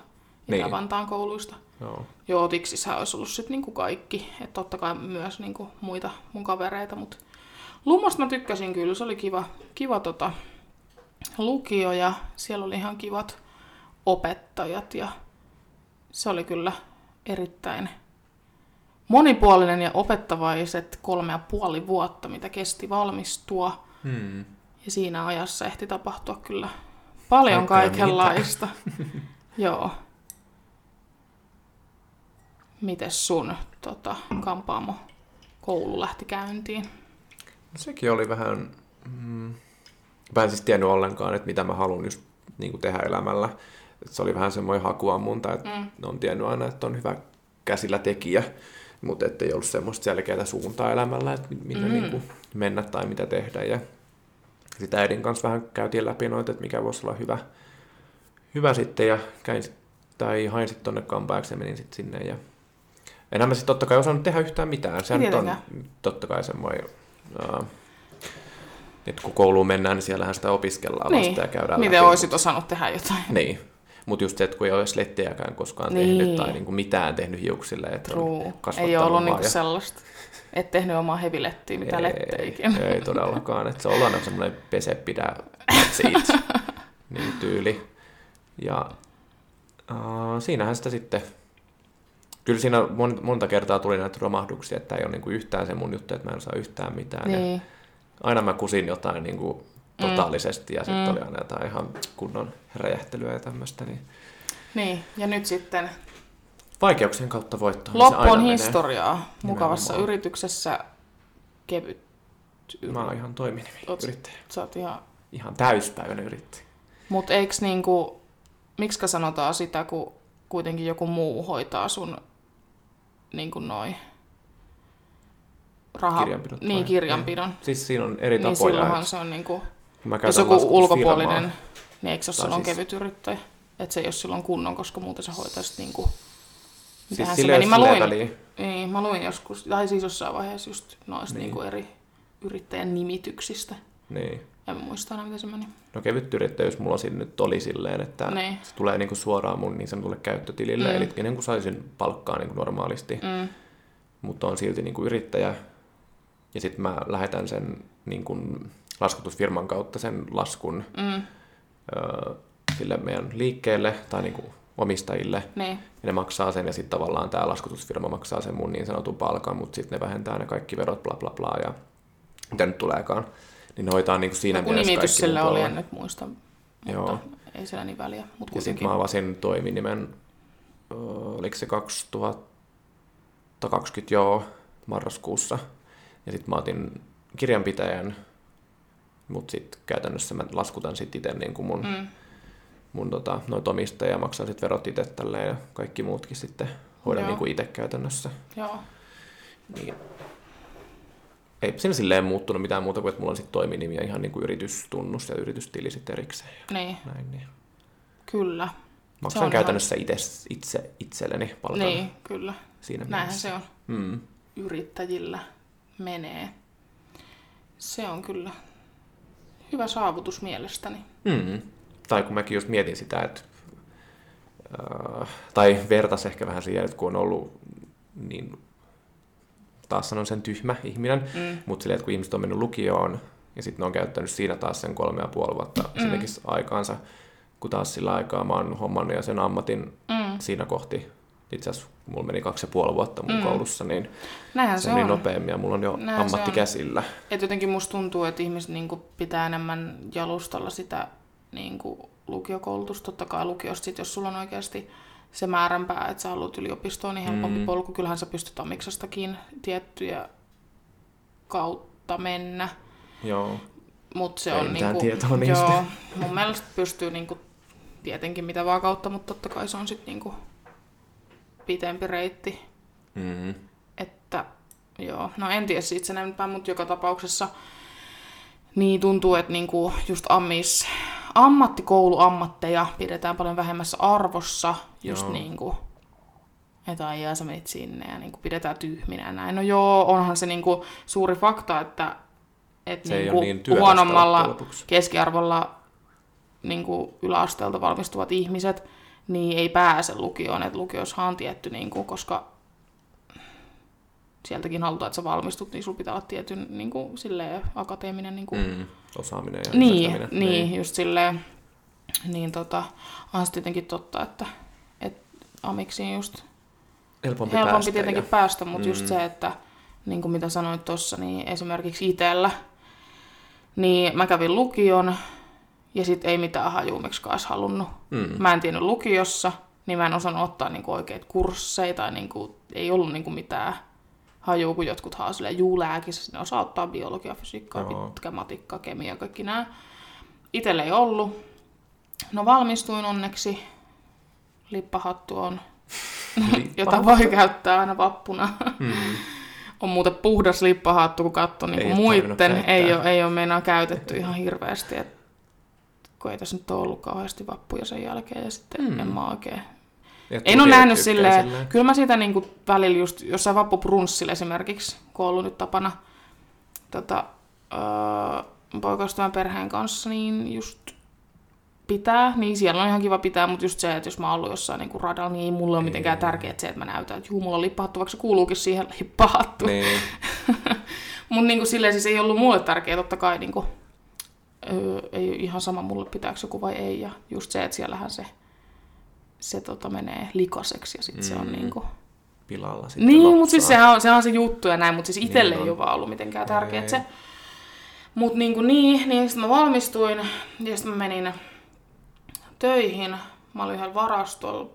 A: Niin.
B: Itä-Vantaan kouluista.
A: Joo.
B: Joo, Tiksissä olisi ollut sitten niinku kaikki. Et totta kai myös niinku muita mun kavereita, mutta Lumosta mä tykkäsin kyllä. Se oli kiva, kiva tota, lukio ja siellä oli ihan kivat opettajat ja se oli kyllä erittäin monipuolinen ja opettavaiset kolme ja puoli vuotta, mitä kesti valmistua.
A: Mm.
B: Ja siinä ajassa ehti tapahtua kyllä paljon
A: Kaikkea
B: kaikenlaista. [laughs] Joo. Mites sun tota, kampaamo koulu lähti käyntiin?
A: Sekin oli vähän... Mm, mä en siis tiennyt ollenkaan, että mitä mä haluan just niin kuin tehdä elämällä. Et se oli vähän semmoinen hakuammunta, että
B: Mm.
A: mm. on tiennyt aina, että on hyvä käsillä tekijä, mutta ettei ollut semmoista selkeää suuntaa elämällä, että mi- minne
B: Mm.
A: mm. niin kuin mennä tai mitä tehdä. Ja sitä äidin kanssa vähän käytiin läpi noita, että mikä voisi olla hyvä, hyvä sitten ja käin sit, tai hain sitten tonne kampaajaksi ja menin sitten sinne ja enää mä sitten totta kai osannut tehdä yhtään mitään. Se nyt on totta kai semmoinen, uh, että kun kouluun mennään, niin siellähän sitä opiskellaan
B: Niin.
A: vasta ja käydään
B: Miten
A: läpi.
B: oisit osannut tehdä jotain?
A: Niin. Mutta just se, että kun ei ole edes lettejäkään koskaan
B: Niin.
A: niin. tehnyt tai niinku mitään tehnyt hiuksille, että
B: True.
A: on kasvattanut
B: Ei ole ollut
A: vaan
B: niinku
A: ja-
B: sellaista. Et tehnyt omaa hevilettiä, mitä lettejä ikinä.
A: ei, ei todellakaan, että se on ollut aina semmoinen pese,
B: [laughs]
A: pidä, that's it, niin tyyli. Ja äh, siinähän sitä sitten, kyllä siinä mon, monta kertaa tuli näitä romahduksia, että ei ole niinku yhtään se mun juttu, että mä en saa yhtään mitään. Ja
B: Niin.
A: aina mä kusin jotain niin kuin totaalisesti ja sitten
B: Mm.
A: mm. oli aina jotain ihan kunnon räjähtelyä ja tämmöistä. Niin
B: niin. Ja nyt sitten
A: vaikeuksien kautta voittoon. niin se
B: loppu on
A: aina menee.
B: historiaa. Mukavassa
A: Nimenomaan.
B: yrityksessä kevyt yritys.
A: Mä oon ihan toiminimi
B: Oot-
A: yrittäjä.
B: Sä oot ihan
A: Ihan täyspäiväinen yrittäjä.
B: Mutta eiks niinku, miksikä sanotaan sitä, kun kuitenkin joku muu hoitaa sun niinku noi raha...
A: Kirjanpidot vai?
B: Niin, kirjanpidon.
A: Siis siinä on eri
B: niin
A: tapoja.
B: silloinhan
A: että
B: se on niinku,
A: mä
B: jos
A: käytän
B: joku
A: laskutusfirmaa.
B: ulkopuolinen, niin eikö se ole
A: Tai
B: silloin
A: siis-
B: kevyt yrittäjä? Että se ei ole silloin kunnon, koska muuten se hoitaisit niinku...
A: Siis
B: Mitähän
A: sillä ei
B: Mä
A: ole silleen
B: luin,
A: väliä.
B: niin, mä luin joskus, tai siis jossain vaiheessa just noista
A: Niin.
B: niinku eri yrittäjän nimityksistä.
A: Niin.
B: En muista enää, miten se meni.
A: No kevyt yrittäjyys mulla siinä nyt oli silleen, että
B: Niin.
A: se tulee niinku suoraan mun niin sanotulle käyttötilille,
B: Mm.
A: eli ennen kuin saisin palkkaa niinku normaalisti,
B: Mm.
A: mutta on silti niin kuin yrittäjä. Ja sitten mä lähetän sen niin kuin laskutusfirman kautta sen laskun
B: Mm.
A: öö, sille meidän liikkeelle tai niin kuin omistajille.
B: Niin.
A: Ja ne maksaa sen ja sitten tavallaan tämä laskutusfirma maksaa sen mun niin sanotun palkan, mutta sitten ne vähentää ne kaikki verot, bla bla bla ja mitä nyt tuleekaan. Niin ne hoitaa niin kuin siinä
B: Joku
A: mielessä
B: nimitys
A: kaikki
B: sillä
A: mun
B: oli, en
A: puolen.
B: nyt muista. Mutta
A: Joo.
B: ei sillä niin väliä, mutta
A: Ja sitten
B: kuitenkin.
A: mä avasin toiminimen, öö, oliko se 2020, joo, marraskuussa. Ja sitten mä otin kirjanpitäjän, mutta sitten käytännössä mä laskutan sitten itse niin kuin mun, mm.
B: Mm,
A: mun tota, noita omistajia, maksan sitten verot itse tälleen ja kaikki muutkin sitten hoidan
B: Joo.
A: niin kuin itse käytännössä.
B: joo.
A: Niin. ei siinä silleen muuttunut mitään muuta kuin, että mulla on sitten toiminimi ja ihan niin kuin yritystunnus ja yritystili sitten erikseen. Ja
B: Niin,
A: näin, niin.
B: kyllä.
A: Maksan
B: ihan-
A: käytännössä itse, itse, itselleni palkan niin.
B: Niin, kyllä.
A: siinä
B: Näinhän
A: mielessä.
B: se on.
A: Mm.
B: Yrittäjillä menee. Se on kyllä hyvä saavutus mielestäni.
A: Mm. Tai kun mäkin just mietin sitä, että äh, tai vertas ehkä vähän siihen, että kun on ollut niin taas sanon sen tyhmä ihminen,
B: Mm.
A: mutta silleen, että kun ihmiset on mennyt lukioon ja sitten ne on käyttänyt siinä taas sen kolme ja puoli
B: Mm.
A: vuotta esimerkiksi aikaansa, kun taas sillä aikaa mä oon hommannut ja sen ammatin
B: Mm.
A: siinä kohti. Itse asiassa mulla meni kaksi ja puoli vuotta mun
B: Mm.
A: koulussa, niin
B: Näinhän
A: se
B: se,
A: meni
B: on.
A: nopeammin ja mulla on Niin no, jo
B: Näin se
A: ammatti
B: on.
A: käsillä.
B: Et jotenkin musta tuntuu, että ihmiset niinku pitää enemmän jalustalla sitä niinku lukiokoulutusta. Totta kai lukiosta sit, jos sulla on oikeasti se määränpää, että sä haluat yliopistoon, niin helpompi
A: Mm.
B: mm. polku. Kyllähän sä pystyt amiksastakin tiettyjä kautta mennä.
A: Joo.
B: Mutta se
A: Ei
B: on
A: mitään
B: niinku,
A: tietoa niistä.
B: Joo, mun mielestä pystyy niinku, tietenkin mitä vaan kautta, mutta totta kai se on sitten niinku pitempi reitti.
A: Mm.
B: Että joo, no en tiedä siitä sen enempää, mutta joka tapauksessa niin tuntuu, että niinku just ammis, ammattikouluammatteja pidetään paljon vähemmässä arvossa. Just
A: Joo.
B: niinku, että aijaa sä menit sinne ja niinku pidetään tyhminä ja näin. No joo, onhan se niinku suuri fakta, että et
A: Se ei
B: niinku
A: ole niin työlästä
B: huonommalla
A: loppujen lopuksi.
B: keskiarvolla niin kuin yläasteelta valmistuvat ihmiset, niin ei pääse lukioon. Et lukiossahan on tietty, niin kuin, koska sieltäkin halutaan, että sä valmistut, niin sulla pitää olla tietyn niin kuin, silleen, akateeminen... Niin, kuin,
A: Mm. Osaaminen ja
B: niin,
A: ymmärtäminen.
B: niin, just silleen. Niin tota, on se tietenkin totta, että, että amiksiin just
A: Helpompi,
B: helpompi
A: päästä
B: tietenkin
A: ja...
B: päästä, mutta mm.
A: Mm.
B: just se, että niin kuin mitä sanoit tuossa, niin esimerkiksi itsellä, niin mä kävin lukion ja sit ei mitään hajua, miksi olisi halunnut.
A: Mm.
B: Mä en tiennyt lukiossa, niin mä en osannut ottaa niin kuin oikeita kursseja tai niin kuin, ei ollut niin kuin mitään hajua, kun jotkut haa silleen juu lääkissä, ne osaa ottaa biologia, fysiikkaa,
A: Joo.
B: pitkä matikka, kemia, kaikki nämä. Itellä ei ollut. No valmistuin onneksi. Lippahattu on [laughs]
A: Eli-
B: jota voi käyttää aina vappuna.
A: Mm.
B: [laughs] On muuten puhdas lippahattu, kun katsoo
A: Ei
B: niin
A: oo
B: muitten.
A: tarvinnut
B: Ei ole,
A: käyttää.
B: ei ole meinaa käytetty ihan hirveästi. Et, kun ei tässä nyt ole ollut kauheasti vappuja sen jälkeen. Ja sitten
A: Mm.
B: mm. en mä oikein...
A: Ja
B: En ole
A: tuli
B: nähnyt
A: tykkää
B: silleen... [laughs] Kyllä mä siitä niin välillä just jossain vappuprunsssilla esimerkiksi, kun on ollut nyt tapana tota, öö, poikaystävän perheen kanssa, niin just pitää, niin siellä on ihan kiva pitää, mutta just se, että jos mä oon ollut jossain niin kuin radalla, niin ei mulle ole mitenkään tärkeää se, että mä näytän, että juu, mulla on lippahattu, vaikka se kuuluukin siihen
A: [laughs]
B: lippahattu.
A: Niin.
B: Mutta niin kuin silleen siis ei ollut mulle tärkeää, totta kai niin kuin, öö, ei ole ihan sama mulle pitääkö joku vai ei. Ja just se, että siellähän se, se tota, menee likaseksi ja sitten mm. se on
A: Mm.
B: niin kuin,
A: Pilalla sitten
B: niin,
A: lopsaa.
B: mutta siis sehän on, sehän on se juttu ja näin, mutta siis itselle
A: Niin
B: niin
A: on.
B: ei ole vaan ollut mitenkään
A: Ei.
B: tärkeä se. Mutta niin kuin niin, niin sitten mä valmistuin ja sitten mä menin töihin. Mä olin yhdellä varastolla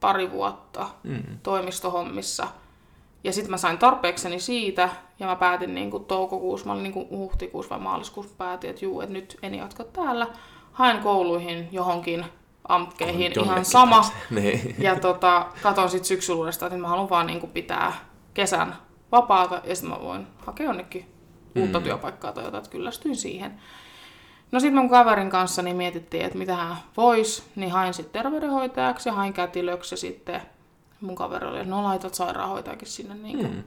B: pari vuotta
A: Mm.
B: toimistohommissa. Ja sitten mä sain tarpeekseni siitä ja mä päätin niin kuin toukokuussa, mä olin niin kuin huhtikuussa vai maaliskuussa päätin, että juu, että nyt en jatka täällä. Haen kouluihin johonkin amkkeihin, ihan
A: Jonnekin
B: sama.
A: pääsee. [laughs] Niin.
B: [laughs] Ja tota, katon sitten syksyllä uudestaan, että mä haluan vaan niinku pitää kesän vapaata ja sitten mä voin hakea jonnekin uutta työpaikkaa tai jotain, että kyllästyin siihen. No sitten mun kaverin kanssa niin mietittiin, että mitä hän vois, niin hain sitten terveydenhoitajaksi ja hain kätilöksi ja sitten mun kaveri oli, että no laitat sairaanhoitajakin sinne niinku,
A: Mm.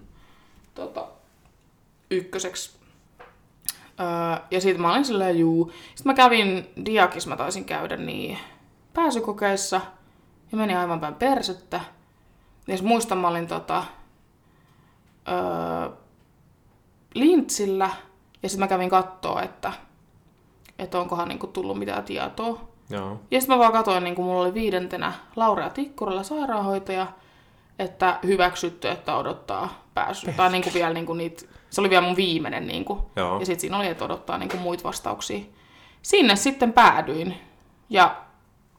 B: tota, ykköseksi. Öö, ja sitten mä olin silleen juu. Sitten mä kävin diakis, mä taisin käydä niin pääsykokeissa ja meni aivan päin persettä. Ja sit muistan, mä olin tota, öö, lintsillä ja sitten mä kävin kattoo, että, että onkohan niinku tullut mitään tietoa.
A: Joo.
B: Ja sitten mä vaan katsoin, niin kun mulla oli viidentenä Laura Tikkurilla sairaanhoitaja, että hyväksytty, että odottaa pääsy. Tai niin kuin vielä niin kuin niitä, se oli vielä mun viimeinen. Niin kuin.
A: Joo.
B: Ja sitten siinä oli, että odottaa niin kuin muita vastauksia. Sinne sitten päädyin. Ja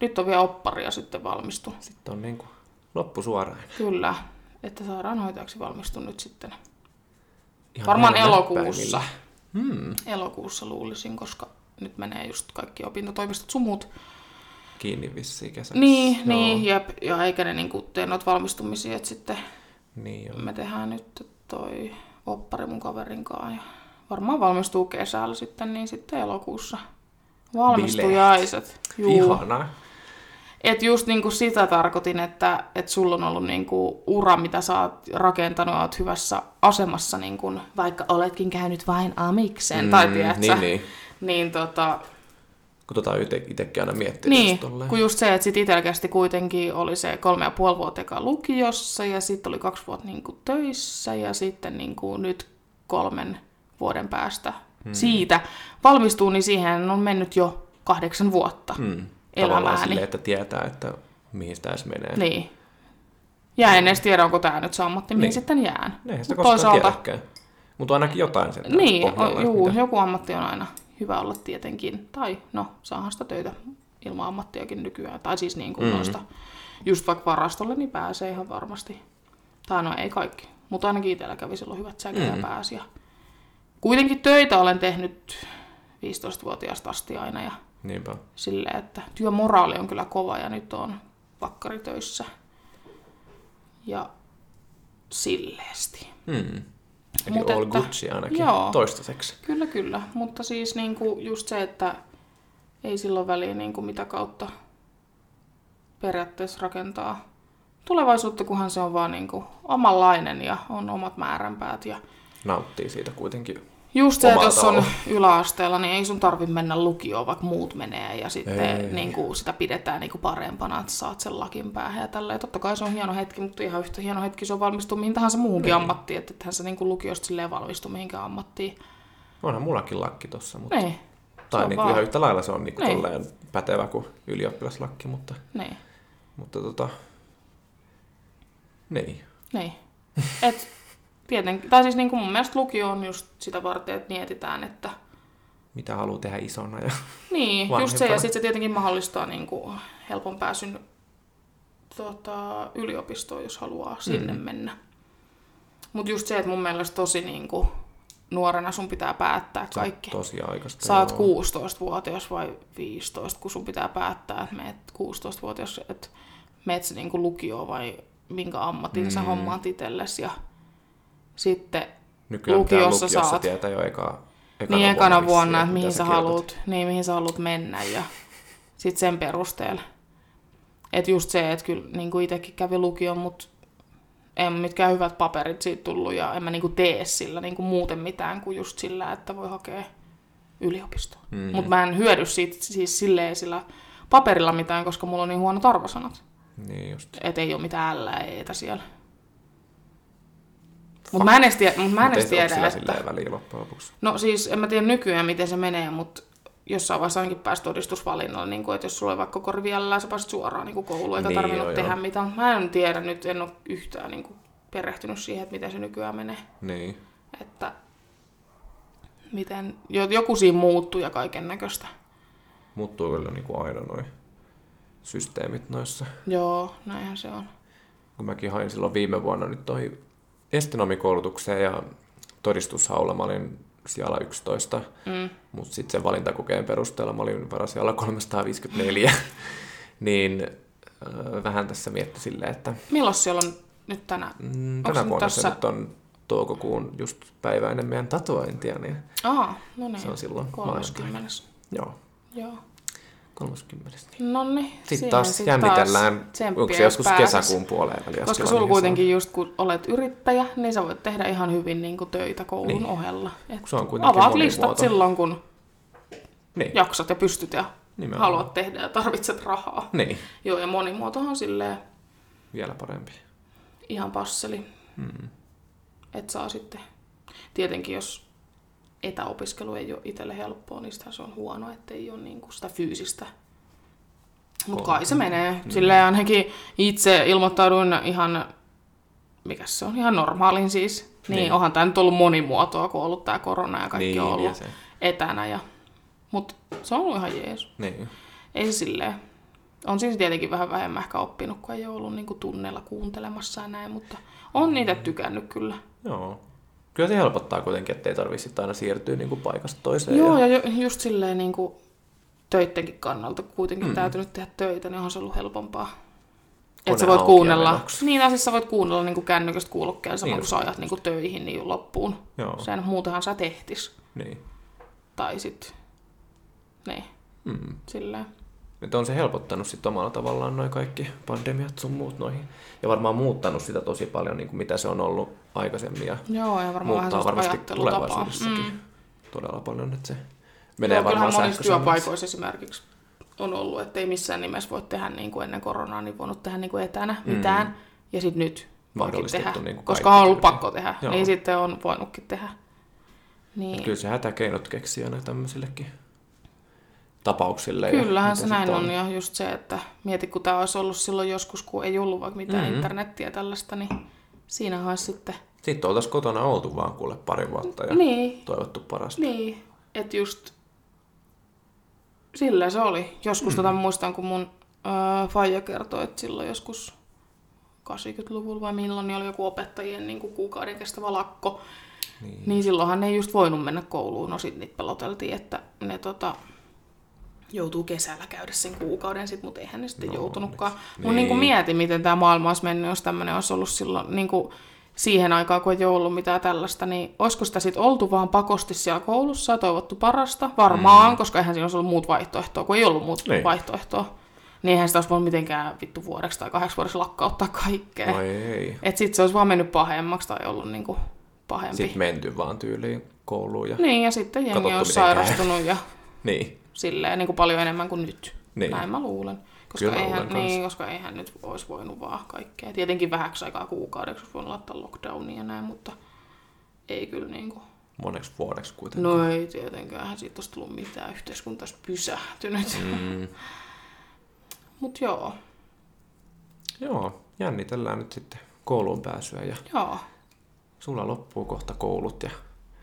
B: nyt on vielä oppari ja sitten valmistun.
A: Sitten on niinku loppu suoraan.
B: Kyllä, että sairaanhoitajaksi valmistun nyt sitten.
A: Ihan
B: Varmaan
A: näillä
B: elokuussa.
A: näppäimillä. Mm.
B: Elokuussa luulisin, koska nyt menee just kaikki opintotoimistot sumut.
A: Kiinni vissiin kesäksi.
B: Niin,
A: Joo.
B: niin, jep. Ja eikä ne niin tee noita valmistumisia, että sitten
A: Niin joo.
B: me tehdään nyt toi oppari mun kaverin kanssa. Ja varmaan valmistuu kesällä sitten, niin sitten elokuussa valmistujaiset. Juu.
A: Ihanaa.
B: Et just niinku sitä tarkoitin, että et sulla on ollut niinku ura, mitä sä oot rakentanut, ja oot hyvässä asemassa, niinku, vaikka oletkin käynyt vain amiksen, mm, tai tiedätkö,
A: niin, niin.
B: niin tota,
A: Kun tota on ite, itekin aina miettinyt
B: niin,
A: just tolleen.
B: kun just se, että sit itelkästi kuitenkin oli se kolme ja puoli vuotta eka lukiossa ja sitten oli kaksi vuotta niinku töissä ja sitten niinku nyt kolmen vuoden päästä hmm. siitä valmistuu, niin siihen on mennyt jo kahdeksan vuotta
A: Mm. Tavallaan
B: elämääni.
A: silleen, että tietää, että mihin sitä edes menee.
B: Niin. Ja en edes tiedä, onko tämä nyt se ammatti, mihin
A: Niin.
B: sitten jään.
A: Eihän sitä
B: Mut
A: koskaan tiedäkään. Mutta ainakin jotain sen
B: niin,
A: pohjalla.
B: o,
A: että
B: juu,
A: mitä-
B: joku ammatti on aina hyvä olla tietenkin. Tai no, saahan sitä töitä ilman ammattiakin nykyään. Tai siis niin kuin
A: Mm.
B: mm. noista, just vaikka varastolle, niin pääsee ihan varmasti. Tai no ei kaikki, mutta ainakin itsellä kävi silloin hyvät säkit ja
A: Mm.
B: pääsi. Ja kuitenkin töitä olen tehnyt 15-vuotiaasta asti aina ja
A: Niinpä.
B: silleen, että työmoraali on kyllä kova ja nyt on vakkaritöissä. Ja silleesti.
A: Mm. Eli
B: Mut
A: all
B: että-
A: Gucci ainakin
B: joo.
A: toistaiseksi.
B: Kyllä, kyllä. Mutta siis niin kuin just se, että ei silloin väliä niin kuin mitä kautta periaatteessa rakentaa tulevaisuutta, kunhan se on vaan niin kuin omanlainen ja on omat määränpäät. Ja
A: Nauttii siitä kuitenkin.
B: just se, että
A: Omalla
B: jos on
A: tavalla.
B: [laughs] yläasteella, niin ei sun tarvi mennä lukioon, vaikka muut menee ja
A: Ei.
B: sitten niin kuin sitä pidetään niin kuin parempana, että saat sen lakin päähän ja tälleen. Totta kai se on hieno hetki, mutta ihan yhtä hieno hetki se on valmistua mihin tahansa muuhunkin ammattiin, että ethän se niin kuin lukiosta silleen valmistu mihinkään ammattiin.
A: Onhan mullakin lakki tossa, mutta...
B: Niin,
A: Tai
B: on
A: niin
B: vaan-
A: ihan yhtä lailla se on niin
B: Niin.
A: tolleen pätevä kuin ylioppilaslakki, mutta,
B: niin.
A: mutta tota, niin.
B: Niin. Et, tietenkin, tai siis niin kuin mun mielestä lukio on just sitä varten, että mietitään, että
A: Mitä haluaa tehdä isona ja
B: niin, just se,
A: Vanhempana.
B: ja sitten se tietenkin mahdollistaa niin kuin helpon pääsyn tota, yliopistoon, jos haluaa sinne mm. mennä. Mutta just se, että mun mielestä tosi niin kuin, nuorena sun pitää päättää kaikki.
A: tosi aikaista.
B: Sä oot
A: joo.
B: 16-vuotias vai 15, kun sun pitää päättää, että meet 16-vuotias, että meet sä niinku lukioon vai minkä ammatin mm. sä hommaat itsellesi. Ja sitten
A: Nykyään pitää
B: lukiossa
A: lukiossa
B: saat.
A: tietää jo eka, ekana
B: niin ekana
A: vissiin,
B: vuonna,
A: mitä
B: että mihin sä,
A: kirjoitat.
B: haluut, niin, mihin sä haluut mennä ja sitten sen perusteella. Että just se, että kyllä niin kuin itsekin kävi lukion, mutta en mitkään hyvät paperit siitä tullut ja en mä niin kuin tee sillä niin kuin muuten mitään kuin just sillä, että voi hakea yliopistoon. Mm. Mutta mä en hyödy siitä siis silleen sillä paperilla mitään, koska mulla on niin huonot arvosanat.
A: Niin just.
B: Että ei ole mitään ällä eitä siellä. Mutta mä en edes tiedä, mut mä en
A: Mut
B: edes
A: ei se ole
B: tiedä
A: sillä
B: että...
A: silleen väliä loppujen lopuksi.
B: No siis en mä tiedä nykyään, miten se menee, mutta jossain vaiheessa ainakin pääsi todistusvalinnalle, niin kuin, että jos sulla on vaikka korvialla, sä pääsit suoraan niin kuin kouluun, eikä
A: Niin,
B: niin, tarvinnut
A: joo,
B: joo, tehdä
A: joo.
B: mitään. Mä en tiedä nyt, en ole yhtään niin kuin, perehtynyt siihen, että miten se nykyään menee.
A: Niin.
B: Että miten, jo- joku siinä muuttuu ja kaiken näköistä.
A: Muuttuu kyllä niin kuin aina noin systeemit noissa.
B: Joo, näinhän se on.
A: kun mäkin hain silloin viime vuonna nyt toi estenomikoulutukseen ja todistushaulla mä olin siellä 11,
B: Mm.
A: mutta sitten sen valintakokeen perusteella mä olin varas siellä 354, [laughs] niin ö, vähän tässä mietti silleen, että
B: Milloin siellä on nyt tänään?
A: mm,
B: Onks
A: tänä
B: nyt
A: vuonna se
B: tässä-
A: nyt on toukokuun just päivä ennen meidän tatuointia, niin
B: Aa, no niin.
A: se on silloin maanantai.
B: 30.
A: Joo,
B: Joo.
A: 30. Niin.
B: No niin.
A: Sitten taas jännitellään, onko se joskus kesäkuun puoleen väliä.
B: Koska sulla kuitenkin just kun olet yrittäjä, niin sä voit tehdä ihan hyvin niin kuin töitä koulun
A: Niin.
B: niin. ohella. Et
A: Se on kuitenkin
B: avaat listat
A: monimuoto.
B: silloin, kun
A: Niin,
B: jaksat ja pystyt ja
A: nimenomaan.
B: haluat tehdä ja tarvitset rahaa.
A: Niin,
B: Joo, ja monimuotohan on silleen
A: vielä parempi.
B: ihan passeli.
A: Mm.
B: Et saa sitten, tietenkin jos etäopiskelu ei ole itselle helppoa, niin sitähän se on huono, ettei ole niinku sitä fyysistä. Mutta kai se menee.
A: Hmm.
B: Silleen ainakin itse ilmoittauduin ihan, mikä se on, ihan normaalin siis. Niin,
A: Niin.
B: niin. onhan tämä nyt ollut monimuotoa, kun on ollut tämä korona ja kaikki
A: niin,
B: niin, on ollut
A: ja se.
B: etänä. Ja... Mutta se on ollut ihan jees.
A: Niin.
B: Ei se silleen. On siis tietenkin vähän vähemmän ehkä oppinut, kun ei ole ollut niinku tunneilla kuuntelemassa ja näin, mutta on niitä tykännyt kyllä.
A: Joo. Kyllä se helpottaa kuitenkin, ettei tarvitse sitten aina siirtyä niin kuin paikasta toiseen.
B: Joo,
A: ja...
B: ja ju- just silleen niin kuin töittenkin kannalta kuitenkin mm. täytynyt tehdä töitä, niin on se ollut helpompaa. Että sä
A: Kone
B: voit
A: auki ja
B: kuunnella,
A: menoksi.
B: niin tai siis sä voit kuunnella niin kuin kännykästä kuulokkeella samalla
A: Niin
B: kun sä ajat niin kuin töihin niin loppuun.
A: Joo, se...
B: Sen muutenhan sä tehtis.
A: niin.
B: Tai sit, niin,
A: Mm.
B: silleen.
A: Nyt on se helpottanut sitten omalla tavallaan noin kaikki pandemiat sun muut noihin. Ja varmaan muuttanut sitä tosi paljon, niin kuin mitä se on ollut aikaisemmin. Ja
B: Joo, ja varmaan vähän
A: muuttaa
B: sellaista
A: varmasti
B: ajattelutapaa.
A: tulevaisuudessakin mm. todella paljon, että se menee
B: Joo,
A: varmaan
B: kyllähän monissa
A: sähköisemmäksi.
B: työpaikoissa esimerkiksi on ollut, että ei missään nimessä voi tehdä niin kuin ennen koronaa, niin voinut tehdä niin kuin etänä
A: Mm.
B: mitään. Ja sitten nyt voikin
A: Mahdollistettu
B: tehdä,
A: niin kuin
B: koska
A: kaikki
B: on ollut
A: tyyliin.
B: pakko tehdä,
A: Joo.
B: niin sitten on voinutkin tehdä. Niin.
A: Kyllä se hätäkeinot keksii aina tämmöisillekin tapauksille. ja
B: Kyllähän
A: mitä
B: se
A: sit
B: näin on. ja just se, että mieti kun tämä olisi ollut silloin joskus, kun ei ollut vaikka mitään
A: Mhm.
B: mm-hmm. internettiä ja tällaista, niin siinähän olisi sitten,
A: Sitten oltaisiin kotona oltu vaan kuule pari vuotta ja
B: ja. niin,
A: toivottu parasta.
B: niin, että just sillä se oli. Joskus mm. tota muistan, kun mun öö, faija kertoi, että silloin joskus 80-luvulla vai milloin, niin oli joku opettajien niin kuin kuukauden kestävä lakko,
A: Niin.
B: Niin silloinhan ei just voinut mennä kouluun. No sit niitä peloteltiin, että ne tota, joutuu kesällä käydä sen kuukauden sit, mutta eihän ne sitten
A: No,
B: no, joutunutkaan.
A: onneksi.
B: Niin. Mun niinku
A: Niin.
B: mieti, miten tämä maailma olisi mennyt, jos tämmöinen olisi ollut silloin niinku siihen aikaan, kun ei ole ollut mitään tällaista, niin olisiko sitä sitten oltu vaan pakosti siellä koulussa ja toivottu parasta? Varmaan, mm. koska eihän siinä olisi ollut muut vaihtoehtoa, kun ei ollut muut
A: Niin.
B: niin. vaihtoehtoa. Niin eihän sitä olisi voinut mitenkään vittu vuodeksi tai kahdeksi vuodeksi lakkauttaa kaikkea.
A: No ei.
B: Että sitten se olisi vaan mennyt pahemmaksi tai ollut niinku pahempi.
A: Sitten menty vaan tyyliin kouluun ja...
B: Niin, ja sitten jengi
A: Katsottu,
B: on
A: miten käy.
B: sairastunut ja
A: Niin.
B: silleen niin kuin paljon enemmän kuin nyt.
A: Niin.
B: Näin mä luulen. Koska
A: Kyllä mä
B: eihän,
A: luulen
B: niin, koska eihän nyt olisi voinut vaan kaikkea. Tietenkin vähäksi aikaa kuukaudeksi olisi voinut laittaa lockdownia ja näin, mutta ei kyllä niin kuin.
A: Moneksi vuodeksi kuitenkin.
B: No ei tietenkään, eihän siitä olisi tullut mitään. Yhteiskunta olisi pysähtynyt. Mm.
A: Mm.
B: [laughs] Mut joo,
A: Joo, jännitellään nyt sitten kouluun pääsyä ja
B: joo,
A: sulla loppuu kohta koulut ja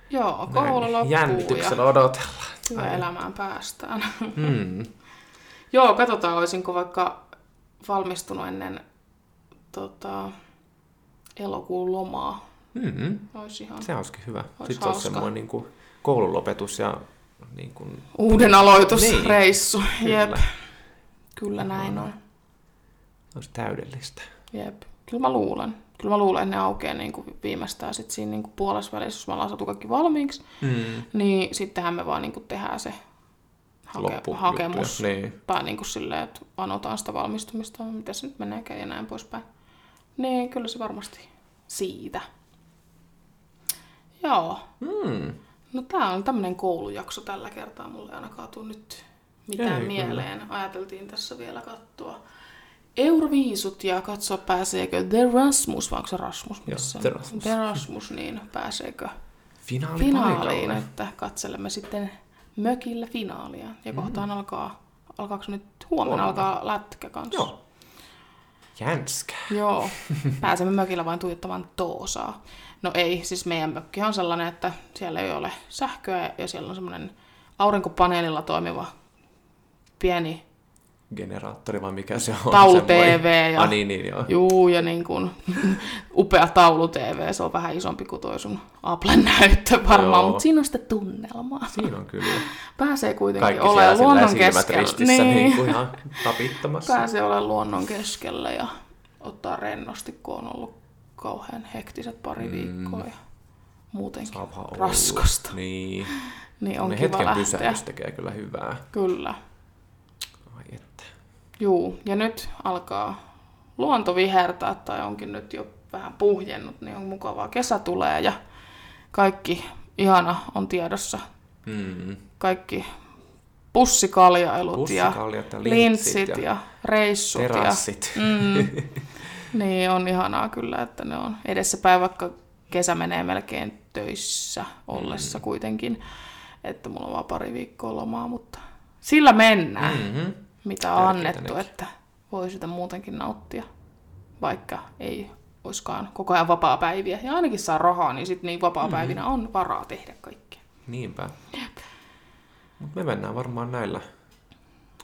B: joo,
A: näin,
B: koulu
A: niin
B: loppuu ja
A: jännityksellä odotellaan.
B: työelämään päästään. [laughs]
A: Mm.
B: Joo, katsotaan, olisinko vaikka valmistunut ennen tota, elokuun lomaa.
A: Mm.
B: Olisi ihan
A: Se olisikin hyvä.
B: Ois
A: sitten se olisi
B: hauska.
A: semmoinen niin kuin koululopetus ja niin kuin,
B: uuden aloitus
A: Niin.
B: niin. reissu. Jep,
A: kyllä,
B: kyllä näin on.
A: olisi täydellistä.
B: Jep. Kyllä mä luulen. Kyllä mä luulen, että ne aukeaa niin kuin viimeistään sit siinä niin kuin puolessa välissä, jos me ollaan saatu kaikki valmiiksi.
A: Mm.
B: Niin sittenhän me vaan niin kuin tehdään se hake-
A: Loppujuttuja.
B: hakemus.
A: Niin.
B: Tai niin kuin silleen, että anotaan sitä valmistumista, mitä se nyt meneekään ja näin poispäin. Niin, kyllä se varmasti siitä. Joo.
A: Mm.
B: No tää on tämmönen koulujakso tällä kertaa, mulle ei ainakaan tuu nyt mitään
A: Ei,
B: Ei,
A: kyllä.
B: mieleen. Ajateltiin tässä vielä katsoa Euroviisut ja katsoa pääseekö The Rasmus, vai onko se Rasmus?
A: Joo,
B: Missä?
A: The Rasmus.
B: The Rasmus, niin pääseekö
A: Finaali
B: finaaliin, että katselemme sitten mökillä finaalia. Ja kohtaan alkaa, alkaako nyt huomenna,
A: Mm. Huomenna.
B: alkaa lätkä kanssa.
A: Joo. Jänskää. [laughs]
B: Joo, pääsemme mökillä vain tuijottamaan Toosaa. No ei, siis meidän mökki on sellainen, että siellä ei ole sähköä ja siellä on semmoinen aurinkopaneelilla toimiva pieni
A: Generaattori vai mikä se on?
B: Taulu
A: semmoinen-
B: TV ja-
A: Ah, niin, niin, joo.
B: juu ja niin kuin, [laughs] upea taulu TV. Se on vähän isompi kuin toi sun Applen näyttö varmaan,
A: Joo.
B: mutta siinä on sitä tunnelmaa.
A: Siinä on kyllä.
B: Pääsee kuitenkin
A: Kaikki siellä
B: olemaan
A: sillä
B: Niin, luonnon
A: silmät
B: keskellä.
A: ristissä niin. kuin ihan tapittamassa.
B: Pääsee olemaan luonnon keskellä ja ottaa rennosti, kun on ollut kauhean hektiset pari mm. viikkoa ja muutenkin
A: Saa vaan olla.
B: raskasta.
A: Niin.
B: Niin on
A: ne
B: kiva
A: hetken
B: lähteä.
A: pysähdys tekee kyllä hyvää.
B: Kyllä.
A: Ai että.
B: Juu, ja nyt alkaa luonto vihertää tai onkin nyt jo vähän puhjennut, niin on mukavaa. Kesä tulee ja kaikki ihana on tiedossa.
A: Mm.
B: Kaikki pussikaljailut ja
A: Pussikaljat ja
B: linssit
A: ja,
B: ja, ja reissut ja
A: terassit.
B: Mm. [laughs] Niin, on ihanaa kyllä, että ne on edessäpäin, vaikka kesä menee melkein töissä ollessa mm. kuitenkin. Että mulla on vaan pari viikkoa lomaa, mutta sillä mennään, mm.
A: Mm-hmm.
B: mitä on
A: Tärkeintä
B: annettu,
A: nekin.
B: että voi sitä muutenkin nauttia, vaikka ei oiskaan koko ajan vapaa päiviä. Ja ainakin saa rahaa, niin sitten niin
A: Mhm.
B: vapaa päivinä on varaa tehdä kaikkea.
A: Niinpä. Mut me mennään varmaan näillä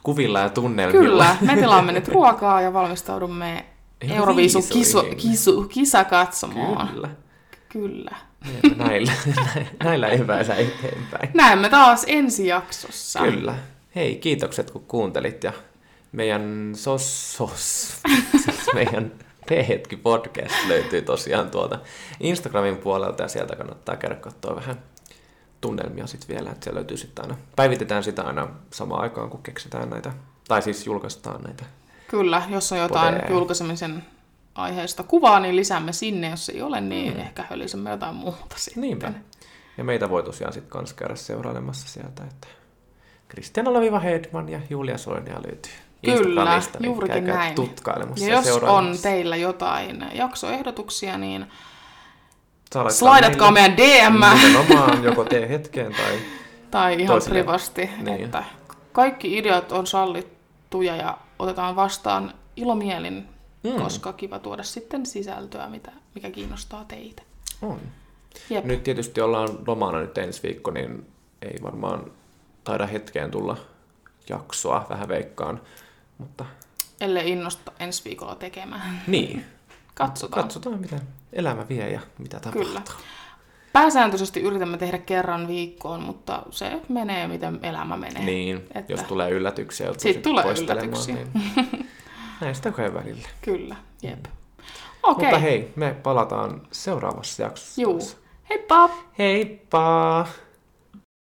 A: kuvilla ja tunnelmilla.
B: Kyllä, me tilaamme nyt ruokaa ja valmistaudumme Euroviisun kisu,
A: Euroviisuihin.
B: kisu, kisakatsomaan.
A: Kyllä.
B: Kyllä.
A: Menemme näillä, näillä eväillä eteenpäin.
B: Näemme taas ensi jaksossa.
A: Kyllä. Hei, kiitokset kun kuuntelit ja meidän sos, sos siis meidän T-hetki podcast löytyy tosiaan tuolta Instagramin puolelta ja sieltä kannattaa käydä katsoa vähän tunnelmia sitten vielä, että se löytyy sitten aina. Päivitetään sitä aina samaan aikaan, kun keksitään näitä, tai siis julkaistaan näitä.
B: Kyllä, jos on jotain
A: Podeja.
B: julkaisemisen aiheesta kuvaa, niin lisäämme sinne. Jos ei ole, niin mm. ehkä hölisemme jotain muuta sitten.
A: Niinpä. Ja meitä voi tosiaan sitten kans käydä seurailemassa sieltä, että Kristiana Hedman ja Julia Soinia löytyy
B: Kyllä,
A: Instagramista, niin
B: juurikin
A: käykää
B: näin.
A: tutkailemassa
B: Ja
A: ja,
B: jos on
A: seurailemassa.
B: teillä jotain jaksoehdotuksia, niin
A: Saa laittaa
B: slaidatkaa
A: meille
B: meidän DM
A: Nimenomaan joko tee hetkeen tai
B: tai ihan
A: toisille.
B: privasti.
A: Niin.
B: Että kaikki ideat on sallittuja ja otetaan vastaan ilomielin, mm. koska kiva tuoda sitten sisältöä, mitä, mikä kiinnostaa teitä.
A: on.
B: Jep.
A: Nyt tietysti ollaan lomana nyt ensi viikko, niin ei varmaan taida hetkeen tulla jaksoa, vähän veikkaan. Mutta
B: Ellei innosta ensi viikolla tekemään. [laughs]
A: niin,
B: Katsotaan.
A: katsotaan mitä elämä vie ja mitä tapahtuu.
B: Kyllä. Pääsääntöisesti yritämme tehdä kerran viikkoon, mutta se menee miten elämä menee.
A: Niin,
B: Että-
A: että... jos tulee yllätyksiä, joutuu
B: Siitä
A: sit
B: tulee
A: poistelemaan,
B: yllätyksiä.
A: Niin... [laughs] Näistä käy välillä.
B: Kyllä, jep.
A: Okay.
B: Okei,
A: Mutta
B: okay.
A: hei, me palataan seuraavassa jaksossa.
B: juu. Heippa!
A: Heippa!